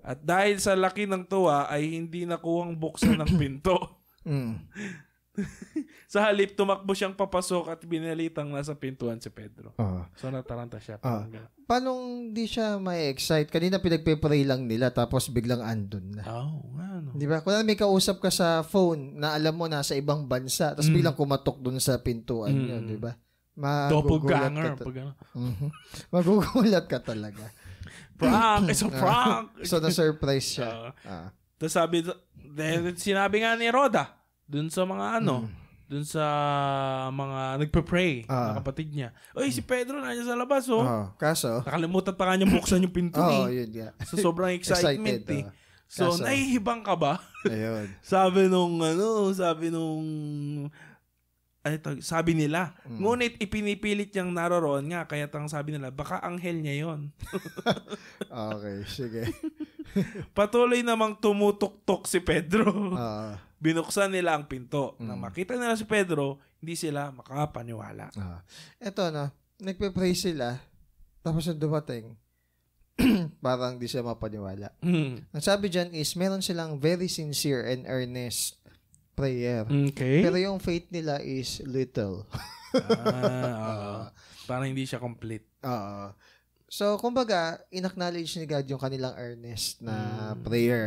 At dahil sa laki ng tuwa, ay hindi nakuhang buksan
*coughs*
ng pinto.
Mm.
Sa halip, tumakbo siyang papasok at binalitang nasa pintuan si Pedro.
Ah.
So, nataranta siya.
Ah.
Parang ganun.
Paano di siya ma-excite? Kanina pinagpe-pray lang nila tapos biglang andun na.
Oo, nga, no.
Di ba? Kung may kausap ka sa phone na alam mo nasa ibang bansa tapos
Mm.
biglang kumatok dun sa pintuan
Mm.
yun, di ba? Magugulat Ah, ka,
Doppelganger.
ta-
Pag, ano.
Mhm. Magugulat ka talaga.
Prank! It's a
Ah.
prank!
So, na-surprise siya.
*laughs* Ah.
Ah.
Tapos sabi, dahil sinabi nga ni Roda, dun sa mga
Mm. Hmm.
ano, dun sa mga nagpe-pray na
Ah.
kapatid niya, Uy, si Pedro nandiyan sa labas, oh.
Oo. Kaso,
Nakalimutan pa kanya buksan yung pinto
oh,
eh.
yun nga.
So,
*laughs*
sobrang excitement eh.
Excited, oh.
So,
Kaso-
nahihibang ka ba?
Ayun.
sabi nung, ano, sabi nung, ay, tawag- sabi nila.
Mm.
Ngunit ipinipilit niyang naroroon nga, kaya tang sabi nila, baka anghel niya yon.
Okay,
*laughs*
sige.
Patuloy namang tumutok-tok si Pedro.
Ah.
*laughs* Binuksan nila ang pinto.
Mm.
Nang makita nila si Pedro, hindi sila makapaniwala.
Ah. Eto, no, nagpe-pray sila, tapos nung dumating, *clears throat* parang di siya mapaniwala.
Mm.
Ang sabi dyan is, meron silang very sincere and earnest prayer.
Okay.
Pero yung faith nila is little.
ah,
*laughs*
oo. parang hindi siya complete.
Oo. Ah. So, kumbaga, inacknowledge ni God yung kanilang earnest na
Mm.
prayer.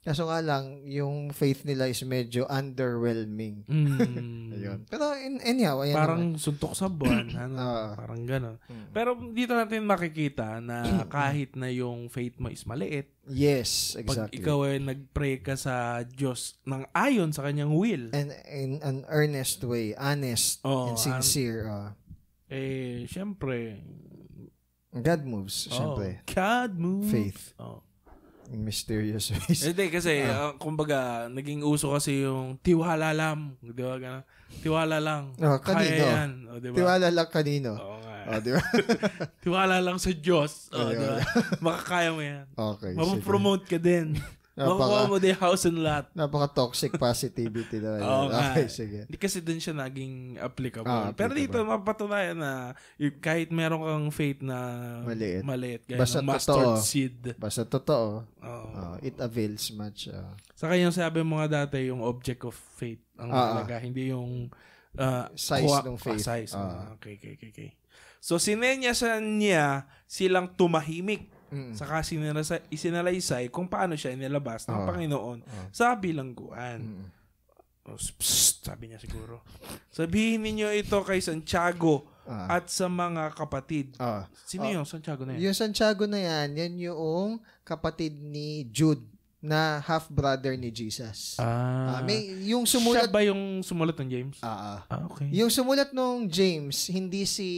Kaso nga lang, yung faith nila is medyo underwhelming.
Mm.
Ayun. Pero in, anyhow, ayan
Parang suntok sa
*clears throat*
buwan. ano,
Ah.
parang gano'n.
naman. Mm.
Pero dito natin makikita na
*clears throat*
kahit na yung faith mo is maliit,
yes,
pag
exactly.
ikaw ay nag-pray ka sa Diyos ng ayon sa kanyang will,
and in an earnest way, honest
Oo,
and sincere. ah.
eh, syempre,
God moves, syempre.
oh, God moves.
Faith.
Oh.
In mysterious *laughs* ways.
Hindi, kasi, ah, kumbaga, naging uso kasi yung tiwala lang. Di ba? Ganun? Tiwala lang.
Oh,
Kaya
kanino?
yan. O, di ba?
Tiwala lang kanino.
Oo nga.
Oh, di ba? *laughs*
Tiwala lang sa Diyos. O,
Ayun.
di ba? Makakaya mo yan.
Okay. sige.
Mapopromote ka din.
Ah,
Makukuha
Napaka,
mo din house and lot.
napaka-toxic positivity naman.
*laughs* Oo
yun.
nga.
okay, sige.
Hindi kasi dun siya naging applicable.
Ah,
Pero
applicable.
dito, mapatunayan na y- kahit meron kang faith na
Maliit.
maliit gaya
Basta
ng mustard
totoo.
seed.
Basta totoo,
Oo.
oh, it avails much. oh.
Saka yung sabi mo nga dati, yung object of faith ang
Ah,
talaga, hindi yung ah,
Size
kuha-
ng faith.
ah, size.
Ah.
Ah, okay, okay, okay, okay. So, sinenya sa niya silang tumahimik.
Mm.
Saka sinirasa, isinalaysay kung paano siya inilabas ng
Ah.
Panginoon
Ah.
sa bilangguan.
Mm.
Oh, s- psst, sabi niya siguro. Sabihin ninyo ito kay Santiago
Ah.
at sa mga kapatid.
Ah.
Sino
Ah.
yung Santiago na yun?
Yung Santiago na yan, yan yung kapatid ni Jude na half-brother ni Jesus.
Ah.
Ah, may, yung
Siya
sumulat...
ba yung sumulat ng James?
Ah, ah.
Ah, okay.
Yung sumulat nung James, hindi si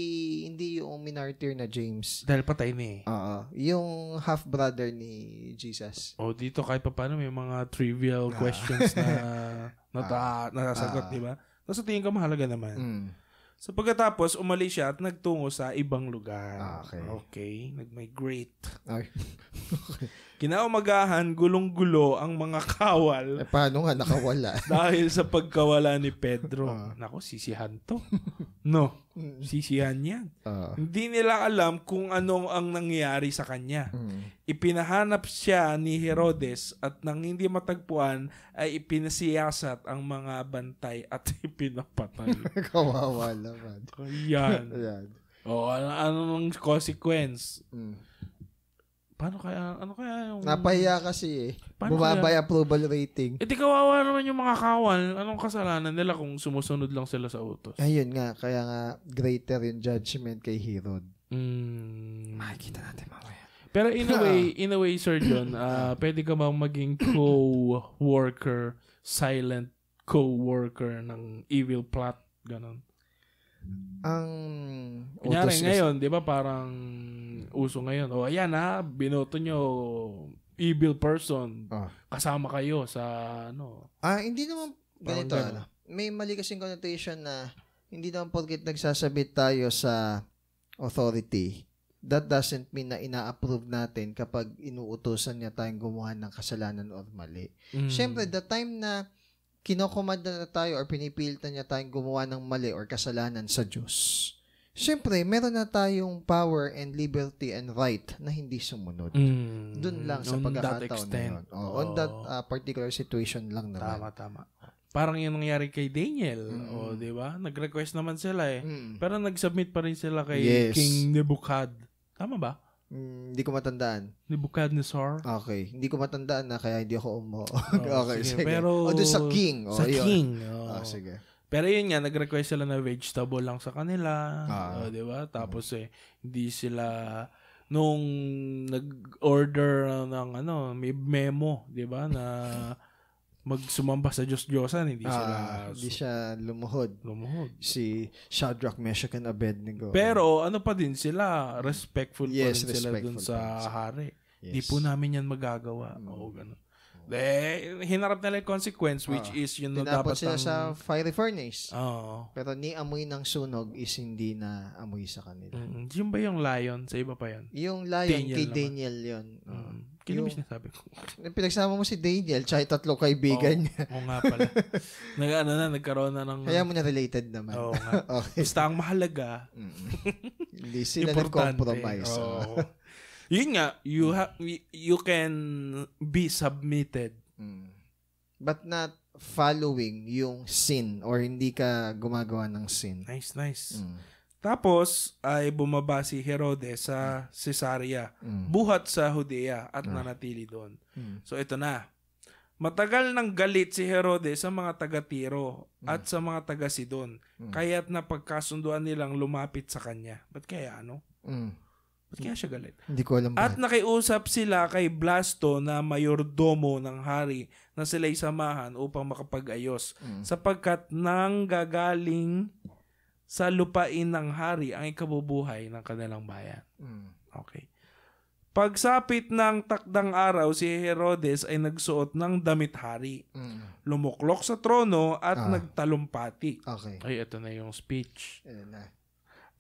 hindi yung minartir na James.
Dahil patay eh. ni.
Oo. Yung half-brother ni Jesus.
O Oh, dito kahit pa paano may mga trivial
*laughs*
questions na nata, nasasagot,
Ah.
di ba? Tapos sa tingin ko mahalaga naman.
Mm.
So pagkatapos, umalis siya at nagtungo sa ibang lugar.
Ah, okay.
Okay, nag-migrate.
Ay, *laughs*
Kinaumagahan, gulong-gulo ang mga kawal
eh, paano nga nakawala? *laughs*
dahil sa pagkawala ni Pedro.
Ah.
Nako, sisihan to.
*laughs*
No,
Mm.
sisihan yan.
Ah.
Hindi nila alam kung ano ang nangyari sa kanya.
Mm.
Ipinahanap siya ni Herodes at nang hindi matagpuan ay ipinasiyasat ang mga bantay at *laughs* ipinapatay.
Kawawa naman. *laughs*
Ayan.
Ayan.
O, ano, ano ang consequence?
Mm.
Paano kaya, ano kaya yung...
Napahiya kasi eh.
Paano
Bumaba
kaya?
yung approval rating.
Eh, di kawawa naman yung mga kawal. Anong kasalanan nila kung sumusunod lang sila sa utos?
Ayun nga, kaya nga greater yung judgment kay Herod.
Mm.
Makikita natin mamaya.
Pero in
*laughs*
a way, in a way, Sir John, ah, pwede ka bang maging co-worker, silent co-worker ng evil plot? Ganon.
Ang
Kunyari
utos kasi-
ngayon, di ba parang uso ngayon. O ayan ha, binoto nyo evil person.
Ah.
Kasama kayo sa ano.
Ah, hindi naman
Parang
ganito.
ganun.
Ano, may mali kasing connotation na hindi naman porkit nagsasabit tayo sa authority, that doesn't mean na ina-approve natin kapag inuutosan niya tayong gumawa ng kasalanan or mali.
Mm.
Siyempre, the time na kinokomanda na tayo or pinipilitan niya tayong gumawa ng mali or kasalanan sa Diyos, siyempre, meron na tayong power and liberty and right na hindi sumunod.
Mm.
Doon lang sa
On that
pagkakataon na
extent.
yun. Oo, On
Oo.
that uh, particular situation lang
Tama,
naman.
tama. Parang yung nangyari kay Daniel.
Mm.
O di ba? Nag-request naman sila eh.
Mm.
Pero nag-submit pa rin sila kay
Yes.
King Nebukad. Tama ba?
Mm, hindi ko matandaan.
Nebukadnezar?
*laughs* Okay. Hindi ko matandaan na kaya hindi ako *laughs* umo.
Oo,
okay,
Oh, sige.
sige.
Pero-
o, dun sa king. O,
sa
yun.
King. Oh, oo.
Ah, sige.
Pero yun nga, nag-request sila na vegetable lang sa kanila.
Ah.
O, di ba? Tapos eh, hindi sila nung nag-order ng ano, may memo, di ba, na magsumamba sa Diyos Diyosan, hindi sila
Ah, Hindi siya lumuhod.
lumuhod.
Si Shadrach, Meshach, and Abednego.
Pero ano pa din sila, respectful
Oh. Yes,
pa rin sila dun
respectful
sa
pa rin sila.
hari.
Yes. Mm.
Di po namin yan magagawa. Oo, ganun. Eh, hinarap nila yung consequence which
Ah.
is yun na
Tinapon
ano dapat
sila
ang- Ah.
sa fiery furnace.
Oo.
Pero ni amoy ng sunog is hindi na amoy sa kanila.
Mm, yun ba yung lion? Sa iba pa yan?
Yung lion
Daniel
kay
naman.
Daniel yun. Uh,
Mm. Kinamis na sabi ko.
Pinagsama mo si Daniel tsaka yung tatlo kaibigan niya.
Oo nga
*laughs*
pala. Nag, ano na, nagkaroon na ng...
Kaya mo na related naman.
*laughs* Oo nga.
okay.
Basta ang mahalaga, *laughs*
Mm. Hindi sila
importante.
nag-compromise.
Oo.
Oh.
*laughs* Yun nga, you,
Mm.
ha- you can be submitted.
Mm. But not following yung sin or hindi ka gumagawa ng sin.
Nice, nice.
Mm.
Tapos, ay bumaba si Herodes sa Caesarea,
Mm.
buhat sa Judea at nanatili doon.
Mm.
So ito na. Matagal nang galit si Herodes sa mga taga-Tiro at sa mga taga-Sidon.
Mm.
Kaya't napagkasunduan nilang lumapit sa kanya. Ba't kaya ano?
Mm.
Ba't kaya siya galit?
Hindi ko alam
At
ba.
nakiusap sila kay Blasto na mayordomo ng hari na sila'y samahan upang makapag-ayos
Mm.
sapagkat nang gagaling sa lupain ng hari ang ikabubuhay ng kanilang bayan.
Mm.
Okay. Pagsapit ng takdang araw, si Herodes ay nagsuot ng damit hari,
Mm.
lumuklok sa trono at
Ah.
nagtalumpati.
Okay.
Ay, ito na yung speech.
Ayun na.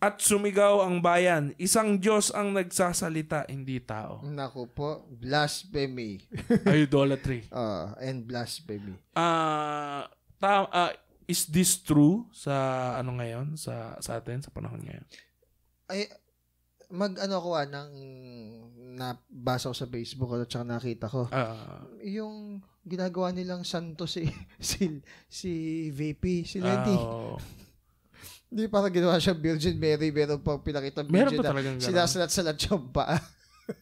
At sumigaw ang bayan, isang Diyos ang nagsasalita, hindi tao.
Naku po, blasphemy.
*laughs* Ay, idolatry.
Ah, and blasphemy.
Ah, ta- ah, is this true sa ano ngayon sa sa atin sa panahon ngayon?
Ay, mag ano ko ah, nang nabasa ko sa Facebook at saka nakita ko.
Ah,
Yung ginagawa nilang santo si *laughs* si si VP, si
ah,
Lenny.
oo.
Hindi parang ginawa siya Virgin Mary, meron pang pinakita
meron
Virgin
pa talagang
na
ganun.
sinasalat-salat yung paa.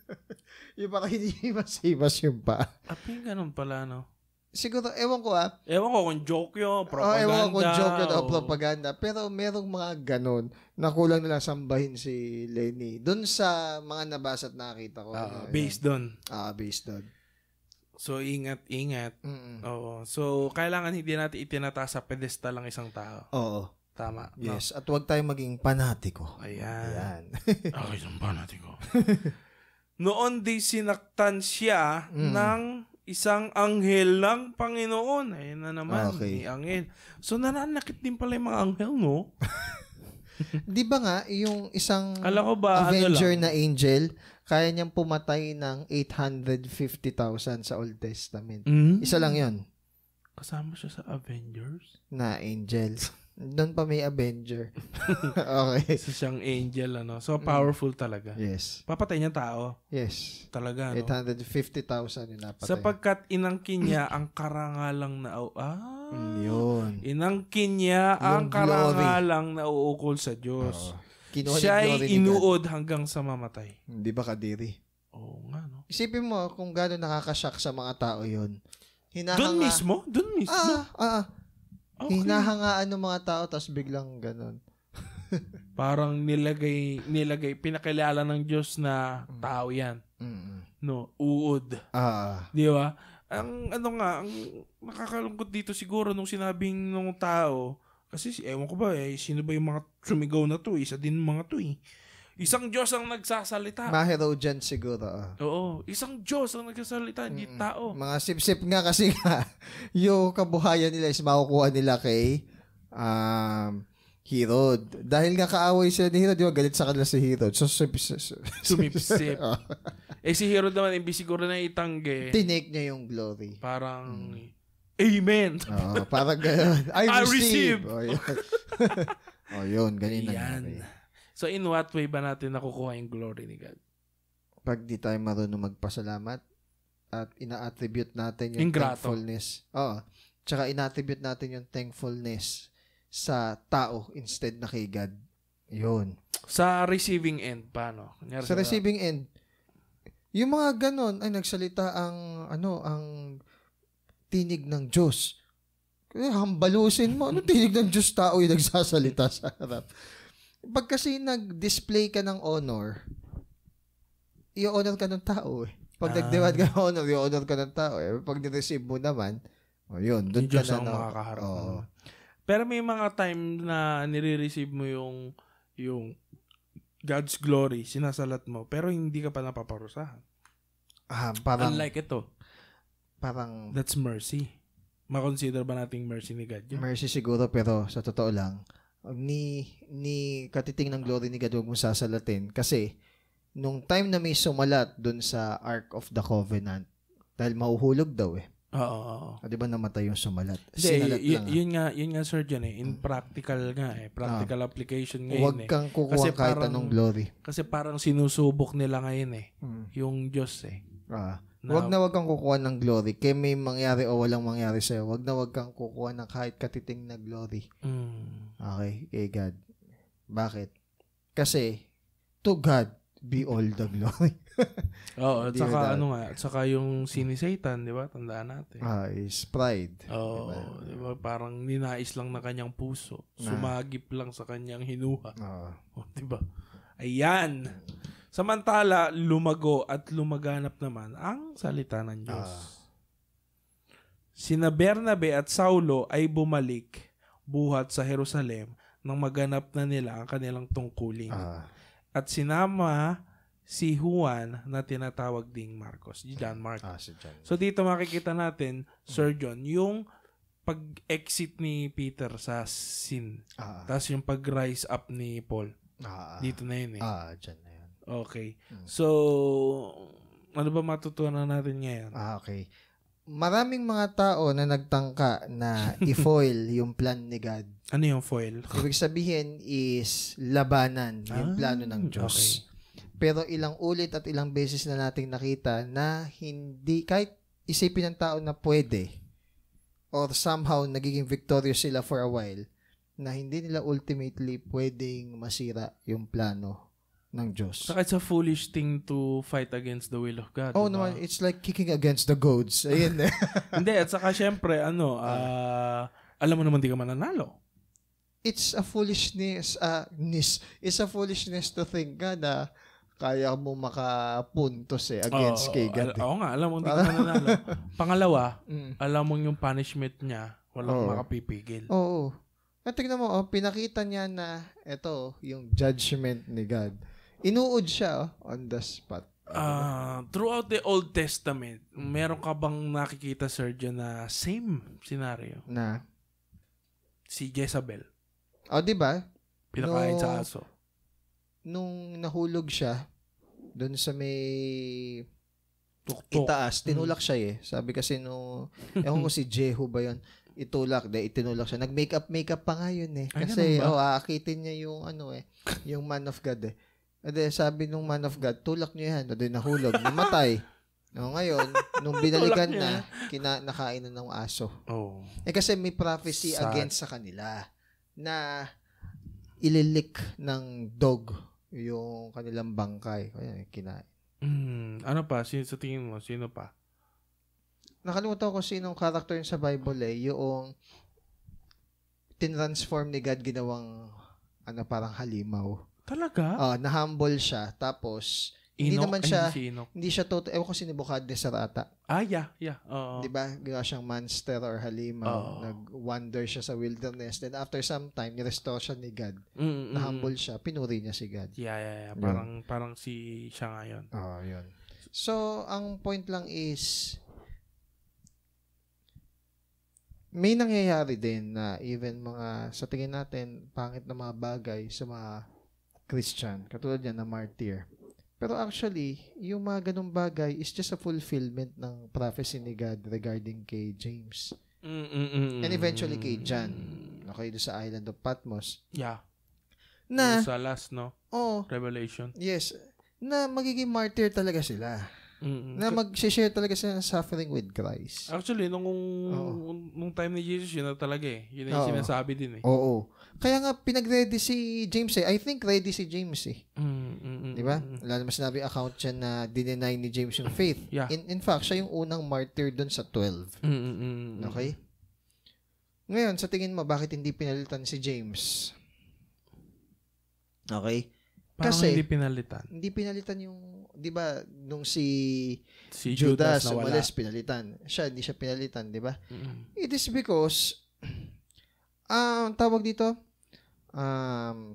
*laughs* yung parang *laughs* hinihimas-himas yung paa.
I think ganun pala no.
Siguro, ewan ko ah,
Ewan ko kung joke yun,
oh,
propaganda.
ewan ko kung joke yun o
o-
propaganda, pero merong mga ganun na kulang nila sambahin si Lenny. Doon sa mga nabasa at nakita ko.
Ah,
Ano,
based doon.
yun. Ah, based doon.
So, ingat, ingat.
Mm-mm.
Oo. So, kailangan hindi natin itinataas sa pedestal ang isang tao.
Oo.
Tama. no?
Yes. At huwag tayong maging panatiko.
*laughs* Ayan.
Ayan. *laughs*
Okay, saan ba natin ko? *laughs* Noon di sinaktan siya
Mm.
ng isang anghel ng Panginoon. Ayun na naman, ni
Okay.
anghel. So, nananakit din pala yung mga anghel, no?
Di ba nga, yung isang
Kala ko ba,
Avenger
ano lang?
na angel, kaya niyang pumatay ng 850,000 sa Old Testament.
Mm?
Isa lang yon
Kasama siya sa Avengers?
na angel. Doon pa may
*laughs*
Avenger. okay.
Isa siyang angel, ano? So, powerful talaga.
Yes.
Papatay niya tao.
Yes.
Talaga, no?
850,000 yung napatay.
Sapagkat inangkin niya *clears throat* ang karangalang na... Ah!
Mm, Yun.
Inangkin niya ang
Yung glory.
karangalang na uukol sa Diyos.
Oo. Kinuha niya yung glory
Siya'y
ni God.
inuod hanggang sa mamatay.
Hindi ba kadiri?
Oo nga, no?
Isipin mo kung gaano nakakashock sa mga tao yun. Hinahanga.
Doon mismo? Doon mismo?
Ah, ah, ah.
Okay.
Hinahangaan ng mga tao tapos biglang ganun.
Parang nilagay, nilagay, pinakilala ng Diyos na tao yan.
Mm.
No? Uod.
Ah.
Di ba? Ang ano nga, ang nakakalungkot dito siguro nung sinabing nung tao, kasi si- ewan ko ba, eh, sino ba yung mga sumigaw na to? Isa din mga to eh. Isang Diyos ang nagsasalita.
Mahero dyan siguro. ah.
Oo, isang Diyos ang nagsasalita, hindi
Mm-mm.
tao.
Mga sip-sip nga kasi nga, *laughs* yung kabuhayan nila is makukuha nila kay um, Herod. Dahil nga kaaway sila ni Herod, di ba? Galit sa kanila si Herod. So, sip, sip, sip-
Sumipsip.
Ah.
Eh si Hero naman, imbis siguro na itangge,
Tinake niya yung glory.
parang,
Mm.
Amen!
Oo, parang ganun.
*laughs*
I,
I receive.
receive. O, yun. *laughs* o, yun. Ganun na
Ayan. So in what way ba natin nakukuha yung glory ni God?
Pag di tayo marunong magpasalamat at ina-attribute natin yung
Ingrato.
thankfulness. Oo. Tsaka ina-attribute natin yung thankfulness sa tao instead na kay God. Yun.
Sa receiving end, paano? Kunyari
Sa receiving end, yung mga ganon ay nagsalita ang ano ang tinig ng Diyos. Kaya hambalusin mo. Ano tinig ng Diyos tao yung nagsasalita *laughs* sa harap? Pag kasi nag-display ka ng honor, i-honor ka ng tao eh.
Ah.
Pag nagdewad ka ng honor, i-honor ka ng tao eh. Pag ni-receive mo naman, o yun,
Yung
doon ka
Diyos
na.
ang
na-
makakaharap.
Oo.
naman. Pero may mga time na nire-receive mo yung yung God's glory, sinasalat mo, pero hindi ka pa napaparusahan.
Ah, parang,
Unlike ito,
parang
that's mercy. Makonsider ba nating mercy ni God yun?
Mercy siguro, pero sa totoo lang, ni, ni katiting ng glory ni God, huwag mong sasalatin. Kasi, nung time na may sumalat dun sa Ark of the Covenant, dahil mahuhulog daw eh.
Oo, oo, oo.
Ah, Di ba namatay yung sumalat?
Hindi,
Sinalat
y-
lang. ah.
y- yun nga, yun nga sir John eh, in practical nga eh, practical application
ah.
ngayon
Huwag
eh.
kang
Kasi
kukuha kahit
parang-
anong glory.
Kasi parang sinusubok nila ngayon eh,
Mm.
yung Diyos eh.
Ah.
Na-
Huwag na huwag kang kukuha ng glory. Kaya may mangyari o walang mangyari sa'yo. Huwag na huwag kang kukuha ng kahit katiting na glory.
Mm.
Okay, kay God. Bakit? Kasi, to God be all the glory.
Oo, at
Hindi
saka
na-
ano nga, at saka yung sini Satan, di ba? Tandaan natin.
Ah, is pride.
Oo, di ba? Parang ninais lang na kanyang puso.
Na-
Sumagip lang sa kanyang hinuha.
Ah.
O, di ba? Ayan! Samantala, lumago at lumaganap naman ang salita ng Diyos.
Ah.
Sina Bernabe at Saulo ay bumalik buhat sa Jerusalem nang maganap na nila ang kanilang tungkulin.
Ah.
At sinama si Juan na tinatawag ding Marcos, John Marcos.
ah, si John.
So dito makikita natin, Sir John, yung pag-exit ni Peter sa sin.
Ah,
Tapos yung pag-rise up ni Paul.
ah,
Dito na yun eh.
Ah, dyan na yun.
Okay.
Mm.
So, ano ba matutunan natin ngayon?
Ah, okay. Maraming mga tao na nagtangka
*laughs*
na i-foil yung plan ni God.
Ano yung foil?
Ibig sabihin is labanan
Ah,
yung plano ng Diyos. Pero ilang ulit at ilang beses na nating nakita na hindi, kahit isipin ng tao na pwede or somehow nagiging victorious sila for a while, na hindi nila ultimately pwedeng masira yung plano ng Diyos.
Saka it's a foolish thing to fight against the will of God.
Oh
diba?
naman, *laughs* it's like kicking against the goads. Ayun eh.
Hindi, at saka syempre, ano, ah, alam mo naman di ka mananalo.
it's a foolishness uh, nis, it's a foolishness to think ka na kaya mo makapuntos eh against
Oo, oo,
kay God.
al-
eh.
Oo nga, alam mo hindi ka
*laughs* Parang-
mananalo. Pangalawa,
Mm.
alam mo yung punishment niya, walang
Oo.
makapipigil.
Oo. At tignan mo, oh, pinakita niya na ito, yung judgment ni God. Inuod siya oh, on the spot.
Ah, throughout the Old Testament, meron ka bang nakikita, Sir John, na same scenario?
Na,
Si Jezebel.
oh, di ba?
Pinakain
No.
sa aso.
Nung nahulog siya, doon sa may
Tuktok.
itaas,
Mm.
tinulak siya eh. Sabi kasi no, ewan
*laughs*
ko si Jehu ba yun, itulak, dahil itinulak siya. Nag-makeup, makeup pa nga yun eh.
Ay,
Kasi,
ganun ba?
oh, aakitin niya yung ano eh, yung man of God eh. Ade, sabi nung man of God, tulak niyo yan. Ade, nahulog, namatay.
*laughs*
No, ngayon, nung binalikan
Tulak niya.
na, kina, nakain na ng aso.
Oh.
Eh kasi may prophecy
Sad.
against sa kanila na ililik ng dog yung kanilang bangkay. Kaya kinain.
Mm, ano pa? Sino, sa tingin mo? Sino pa?
nakalimutan ko sinong character yun sa Bible eh, yung tinransform ni God ginawang ano parang halimaw.
Talaga?
Ah, na-humble siya tapos hindi
Inok?
naman
Ay,
siya-
hindi si Inok.
hindi siya total ewan ko si Nebuchadnezzar ata.
Ah, yeah. Yeah. Oo.
'Di ba? Ginawa siyang monster or halimaw.
Oo.
Nag-wander siya sa wilderness. Then after some time, ni-restore siya ni God.
Mm, mm, mm.
Na-humble siya. Pinuri niya si God.
Yeah, yeah, yeah. Parang, parang si siya ngayon.
Oo, yun. So, ang point lang is, may nangyayari din na even mga, sa tingin natin, pangit na mga bagay sa mga Christian. Katulad yan na martyr. Pero actually, yung mga ganung bagay is just a fulfillment ng prophecy ni God regarding kay James.
Mm, mm, mm, mm,
And eventually kay
mm,
John.
mm.
Okay, doon sa island of Patmos.
Yeah.
Na,
Sa last, no?
oh,
Revelation.
yes, na magiging martyr talaga sila.
Mm, mm.
Na mag-share talaga sila ng suffering with Christ.
Actually, nung,
Oo.
nung time ni Jesus, yun na talaga eh. Yun na yung
Oo.
sinasabi din eh.
Oo. Kaya nga, pinag-ready si James eh. I think ready si James eh.
Mm, mm, mm,
Di ba?
mm, mm.
Wala naman sinabi yung account siya na dinenay ni James yung faith.
Yeah.
In, in fact, siya yung unang martyr dun sa 12.
Mm, mm, mm, mm.
Okay? Ngayon, sa tingin mo, bakit hindi pinalitan si James? Okay?
Parang
Kasi-
hindi pinalitan.
Hindi pinalitan yung, di ba, nung si
Si Judas,
Judas, Judas
na wala.
umalis, pinalitan. Siya, hindi siya pinalitan, di ba?
Mm.
It is because ang tawag dito um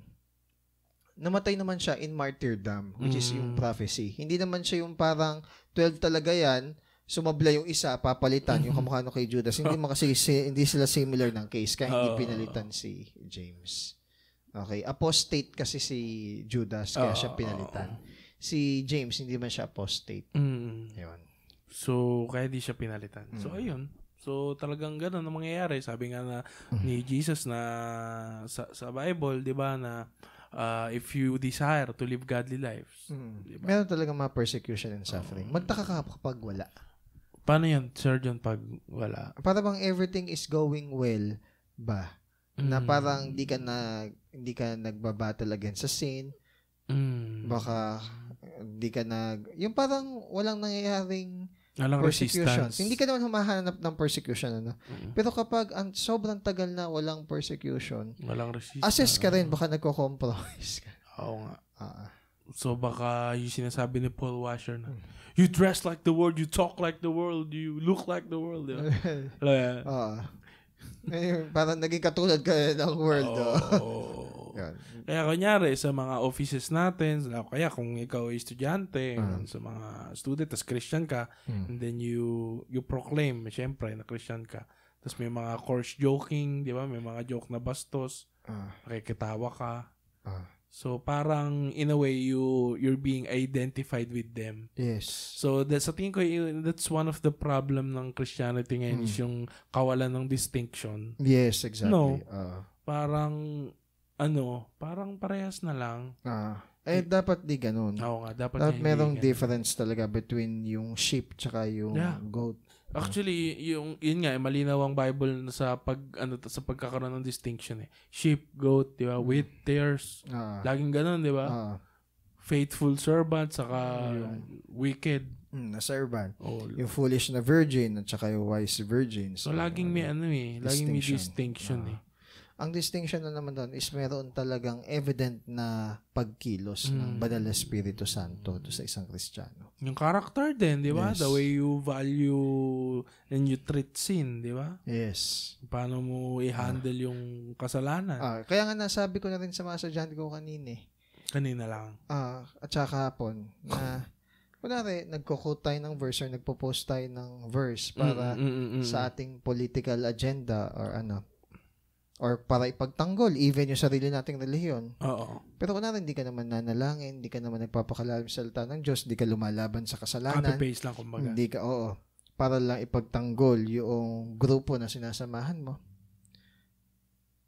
namatay naman siya in martyrdom which is
Mm.
yung prophecy. Hindi naman siya yung parang 12 talaga yan sumabla yung isa papalitan
Mm-hmm.
yung kamukha nung kay Judas.
*laughs*
Hindi man kasi si- hindi sila similar ng case kaya hindi
Oo.
pinalitan si James. Okay, apostate kasi si Judas kaya siya
Oo.
pinalitan. Si James hindi man siya apostate.
Mm.
Ayun.
So, kaya di siya pinalitan. So,
Mm.
ayun. So, talagang ganun ang mangyayari. Sabi nga na
Mm.
ni Jesus na sa, sa Bible, di ba, na ah, if you desire to live godly lives.
Mm.
Diba?
Meron talaga mga persecution and suffering.
Mm.
Magtaka ka kapag wala.
Paano yan, Sir John, pag wala?
para bang everything is going well ba na
Mm.
parang hindi ka na hindi ka nagbabattle against sa sin
Mm.
baka hindi ka nag yung parang walang nangyayaring
Walang
persecution
resistance.
hindi ka naman humahanap ng persecution ano
Mm.
pero kapag ang sobrang tagal na walang persecution
Walang resistance.
assess ka rin baka nagko-compromise ka *laughs*
Oo nga.
Ah, ah.
So baka yung sinasabi ni Paul Washer
Hmm.
na, you dress like the world, you talk like the world, you look like the world.
*laughs*
Di ba? Alam mo yan? *laughs*
Oo. Ah. Eh, parang naging katulad ka ng world oh. *laughs*
Oo.
Yan.
Kaya kunyari, sa mga offices natin, o kaya kung ikaw ay estudyante,
Ah.
sa mga student, tas Christian ka, and then you you proclaim, syempre, na Christian ka. Tapos may mga coarse joking, di ba? May mga joke na bastos,
Ah,
nakikitawa ka.
ah.
So parang in a way you you're being identified with them.
yes
So that, sa tingin ko yun- that's one of the problem ng Christianity ngayon is
Mm.
yung kawalan ng distinction.
yes exactly
No.
Ah.
Parang ano, parang parehas na lang.
Ah. Eh, dapat di ganun.
Oo nga, dapat nga
Dapat
hindi
merong
ganun.
difference talaga between yung sheep tsaka yung
Yeah.
goat.
Actually, yung yun nga eh, malinaw ang Bible sa pag ano to- sa pagkakaroon ng distinction eh. Sheep, goat, di ba? With tares.
Ah.
Laging ganun, di ba?
Hmm. Ah.
Faithful servant saka
Yun.
wicked.
Mm, na servant.
Oh,
Yung foolish na virgin at tsaka yung wise virgin.
So, laging may ano eh. Laging may
Distinction.
distinction
Ah.
eh.
Ang distinction na naman doon is meron talagang evident na pagkilos
Mm.
ng banal na Espiritu Santo to sa isang Kristiyano.
Yung character din, di ba?
Yes.
The way you value and you treat sin, di ba?
Yes.
Paano mo i-handle yung kasalanan.
Ah, kaya nga nasabi ko na rin sa mga sadyante ko kanina eh,
Kanina lang.
ah at saka hapon na kunwari nagko-quote tayo ng verse or nagpo-post tayo ng verse
Mm,
para
mm, mm, mm, mm.
sa ating political agenda or ano. or para ipagtanggol even yung sarili nating relihiyon.
Oo.
Pero kunwari, hindi ka naman nanalangin, hindi ka naman nagpapakalalim sa salita ng Diyos, hindi ka lumalaban sa kasalanan,
Copy-paste lang kumbaga.
hindi ka, oo, para lang ipagtanggol yung grupo na sinasamahan mo.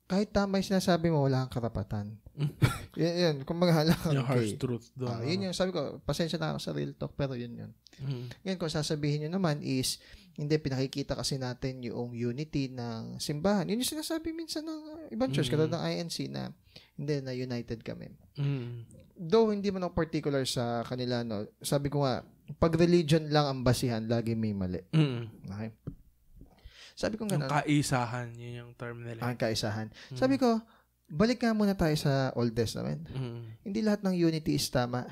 Kahit tama yung sinasabi mo, wala kang karapatan. *laughs*
Mm.
yan, yan, kung maghala ka.
Yung harsh
Okay.
truth doon.
Ah, yun yung sabi ko, pasensya na ako sa real talk, pero yun yun.
Mm.
Ngayon, kung sasabihin nyo naman is, hindi, pinakikita kasi natin yung unity ng simbahan. Yun yung sinasabi minsan ng uh, ibang church,
Mm.
katulad ng INC na, hindi, na united kami.
Mm.
Though, hindi man ako particular sa kanila, no, sabi ko nga, pag religion lang ang basihan, lagi may mali.
Mm.
Okay? Sabi ko
Yung Mm.
nga,
kaisahan, yun yung term nila.
ang kaisahan. Ah, Sabi ko, balik nga muna tayo sa Old Testament.
Mm.
Hindi lahat ng unity is tama.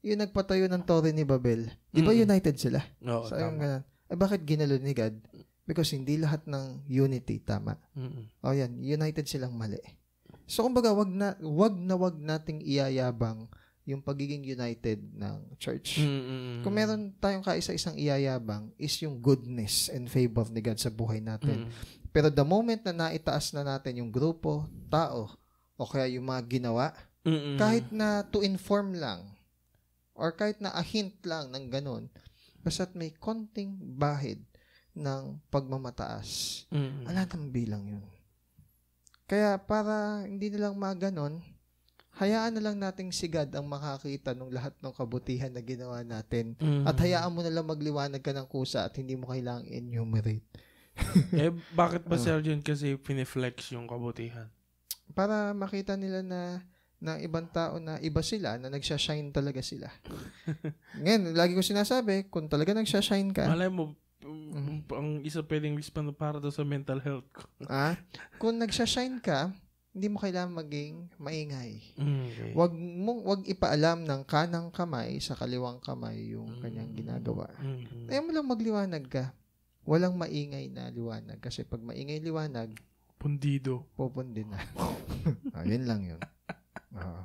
Yung nagpatayo ng Torre ni Babel, di ba
Mm.
united sila?
Oo,
So,
tama.
ayun ganun. Eh, bakit ginalo ni God? Because hindi lahat ng unity tama.
Mm.
O yan, united silang mali. So, kumbaga, wag na, wag na wag nating iyayabang yung pagiging united ng church.
Mm, mm, mm.
Kung meron tayong kaisa-isang iyayabang is yung goodness and favor ni God sa buhay natin.
Mm.
Pero the moment na naitaas na natin yung grupo, tao, o kaya yung mga ginawa,
Mm, mm.
kahit na to inform lang or kahit na a hint lang ng ganun basta't may konting bahid ng pagmamataas
Mm.
wala nang bilang yun kaya para hindi nilang maganon hayaan na lang nating si God ang makakita ng lahat ng kabutihan na ginawa natin
Mm.
at hayaan mo na lang magliwanag ka ng kusa at hindi mo kailangang enumerate
Eh, bakit ba,
Ah.
Sir Jun, kasi piniflex yung kabutihan?
para makita nila na ng ibang tao na iba sila, na nagsashine talaga sila. Ngayon, lagi ko sinasabi, kung talaga nagsashine ka, Mm-hmm.
Malay mo, um, ang isa pwedeng wispan para to sa mental health ko.
ah, kung nagsashine ka, hindi mo kailangan maging maingay.
Mm.
Mm-hmm. Wag mong wag ipaalam ng kanang kamay sa kaliwang kamay yung
Mm.
kanyang ginagawa. Eh,
Mm.
Ayaw mo lang magliwanag ka. Walang maingay na liwanag kasi pag maingay liwanag,
Pundido.
pupundi na. ah, yun lang yun. Oo.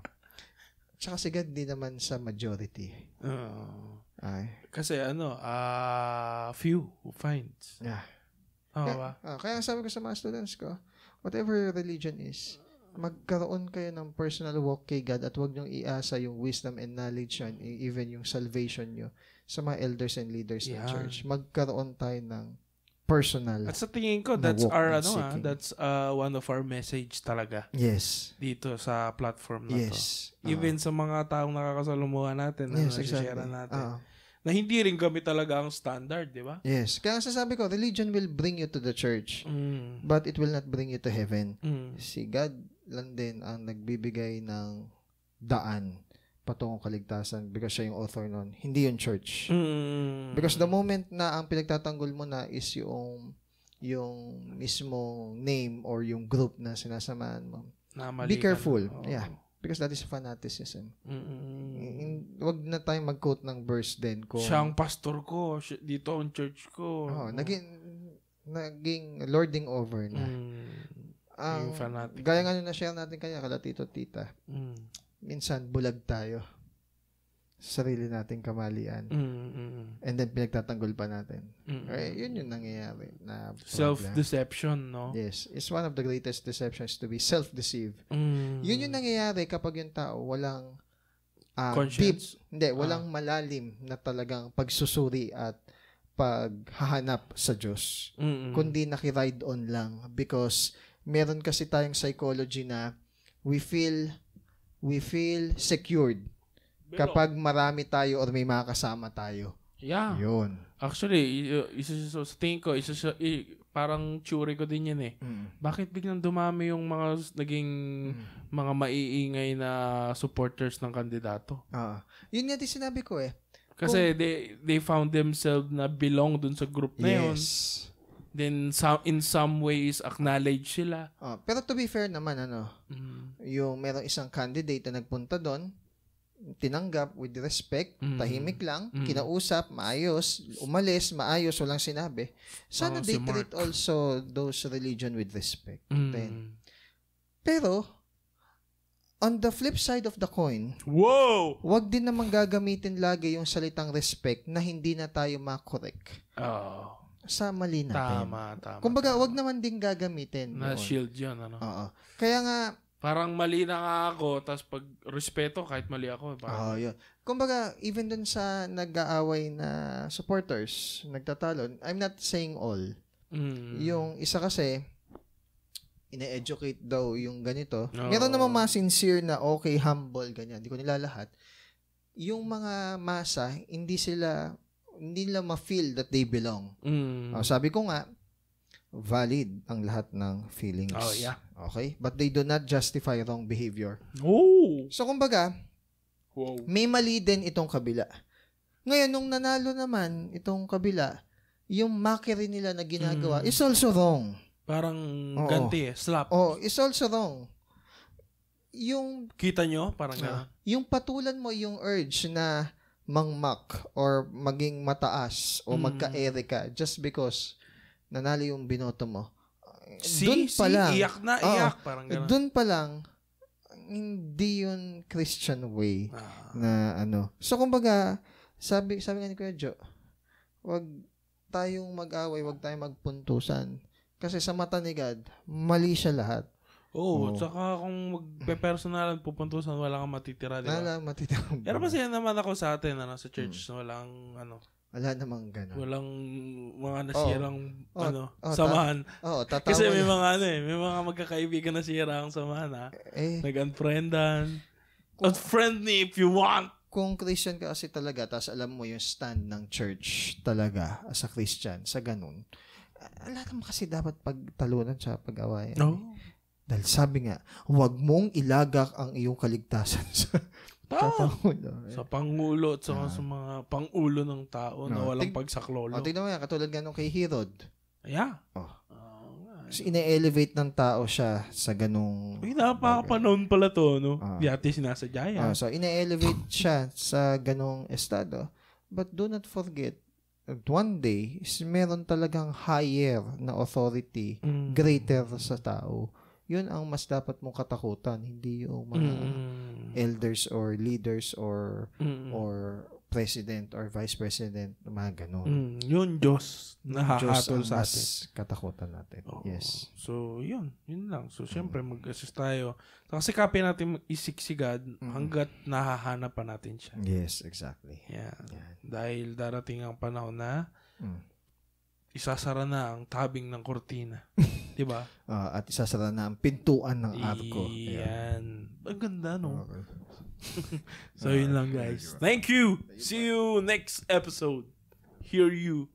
Tsaka si God di naman sa majority.
Oo.
Ay.
kasi ano, ah few who finds.
Yeah.
Tama ba?
Ah, kaya ang sabi ko sa mga students ko, whatever your religion is, magkaroon kayo ng personal walk kay God at huwag niyong iasa yung wisdom and knowledge yun, e- even yung salvation niyo sa mga elders and leaders ng
Yan.
church. Magkaroon tayo ng personal.
At sa tingin ko,
Na
that's
walk
our,
and
ano ah,
seeking.
that's uh, one of our message talaga
Yes.
dito sa platform na Ano to.
Yes.
Even sa mga taong nakakasalamuha natin,
Ah.
na yes,
yes, exactly.
natin.
Ah.
Na hindi rin kami talaga ang standard, di ba?
yes. Kaya ang sasabi ko, religion will bring you to the church,
Mm.
but it will not bring you to heaven.
Mm.
si God lang din ang nagbibigay ng daan patungong kaligtasan because siya yung author nun. Hindi yung church.
Mm.
Because the moment na ang pinagtatanggol mo na is yung yung mismong name or yung group na sinasamahan mo.
Namali
Be
ka na.
careful.
Oo.
Yeah. Because that is fanaticism.
Mm.
In- Wag na tayong mag-quote ng verse din kung
Siya ang pastor ko. Siya- Dito ang church ko.
Oo, Oh, naging naging lording over na.
Mm.
Ang,
Yung fanatic.
gaya nga nung na-share natin kanya kala tito tita.
Mm.
minsan bulag tayo sa sarili nating kamalian
Mm. Mm.
and then pinagtatanggol pa natin.
Mm.
Okay, yun yung nangyayari na problem.
Self-deception, no?
Yes, it's one of the greatest deceptions to be self-deceived.
Mm.
Yun yung nangyayari kapag yung tao walang ah, deep,
conscience.
hindi, walang malalim na talagang pagsusuri at paghahanap sa Diyos.
Mm-mm.
kundi nakiride on lang because meron kasi tayong psychology na we feel we feel secured
Pero-
kapag marami tayo or may mga kasama tayo.
yeah.
Yun.
Actually, y- isa siya sa- sa tingin ko, isa siya, i- parang tsuri ko din yan eh.
Mm.
Bakit biglang dumami yung mga s- naging mga maiingay na supporters ng kandidato?
Ah. yun nga din sinabi ko eh.
Kasi they they found themselves na belong dun sa group na yun.
Yes.
Then some, in some ways acknowledge sila.
Ah, pero to be fair naman ano,
Mm.
yung merong isang candidate na nagpunta doon, tinanggap with respect,
Mm.
tahimik lang,
Mm.
kinausap, maayos, umalis, maayos, walang sinabi. Sana
Parang Ah, si
they
Mark.
treat also those religion with respect.
Mm.
Then, Pero, on the flip side of the coin,
Wow!
wag din naman gagamitin lagi yung salitang respect na hindi na tayo makorek.
Oh.
sa mali natin.
Tama, tama.
Kumbaga, wag naman din gagamitin.
Na
Yun.
shield yun, ano?
Oo. Kaya nga,
Parang mali na nga ako, tapos pag respeto, kahit mali ako, eh, parang,
Oo, yun. Kumbaga, even dun sa nag-aaway na supporters, nagtatalon, I'm not saying all.
mm,
Yung isa kasi, ine-educate daw yung ganito.
Oo.
Meron naman mga sincere na okay, humble, ganyan. Hindi ko nila lahat. Yung mga masa, hindi sila, hindi nila ma-feel that they belong.
mm,
Oh, sabi ko nga, valid ang lahat ng feelings.
Oh, yeah.
Okay? But they do not justify wrong behavior.
Oh!
So, kumbaga,
Wow.
may mali din itong kabila. Ngayon, nung nanalo naman itong kabila, yung mockery nila na ginagawa
Mm.
is also wrong.
Parang
Oo.
ganti eh, slap.
Oh, is also wrong. Yung
Kita nyo? Parang
Ah.
gano'n.
yung patulan mo yung urge na mangmak or maging mataas o
Mm.
magka-ere ka just because nanalo yung binoto mo.
See,
Dun pa
see,
lang.
iyak na,
Oo.
iyak. Parang gano'n.
Doon pa lang, hindi yun Christian way.
Ah.
na ano. So kumbaga, sabi sabi nga ni Kuya Jo, wag tayong mag-away, wag tayong magpuntusan. Kasi sa mata ni God, mali siya lahat.
Oo, oh,
Oo.
tsaka kung magpe-personalan, pupuntusan, wala kang matitira, di ba?
Nala, matitang.
Pero masaya naman ako sa atin, ano, sa church,
Mm.
na walang, ano,
Wala namang ganun.
walang mga nasirang,
Oo.
ano,
Oo, Oh. ta-
samahan.
Oo, tatawa
Kasi may
yun.
mga, ano eh, may mga magkakaibigan na sira ang samahan, ha?
Eh,
Nag-unfriendan. Unfriend me if you want!
kung Christian ka kasi talaga, tapos alam mo yung stand ng church talaga as a Christian, sa ganun, wala naman kasi dapat pagtalunan sa pag-awayan. Dahil sabi nga, huwag mong ilagak ang iyong kaligtasan sa
Tao.
*laughs* katawan.
Sa pangulo at saka
Ah.
sa mga pangulo ng tao na
No,
walang
tig-
pagsaklolo.
O, tignan mo yan, katulad nga nung kay Herod.
yeah.
Oh.
Oo nga eh.
Kasi ine-elevate ng tao siya sa ganung...
Uy, napakapanahon pala to, no?
Ah.
Di ate sinasadya yan.
Ah, so, ine-elevate siya sa ganung estado. But do not forget, that one day, is meron talagang higher na authority,
Mm.
Ah, greater sa tao. Yun ang mas dapat mong katakutan, hindi yung mga
Mm.
elders or leaders or
Mm.
or president or vice president, mga ganun.
Mm. Yun, Diyos, nahahatol
Diyos ang
sa
mas
atin.
katakutan natin.
Oo.
Yes. Mm.
So, yun. Yun lang. So, syempre, mag-assist tayo. Kasi kapin natin isiksigad hanggat nahahanap pa natin siya.
Yes, exactly.
Yeah.
Yan.
Dahil darating ang panahon na
Mm.
isasara na ang tabing ng
*laughs*
kortina. 'Di ba?
Ah, at isasara na ang pintuan ng arko. Ayan.
Iyan. Ang ganda, no?
*laughs* Okay.
So,
Ah,
yun lang, guys. Thank you! See you next episode. Hear you.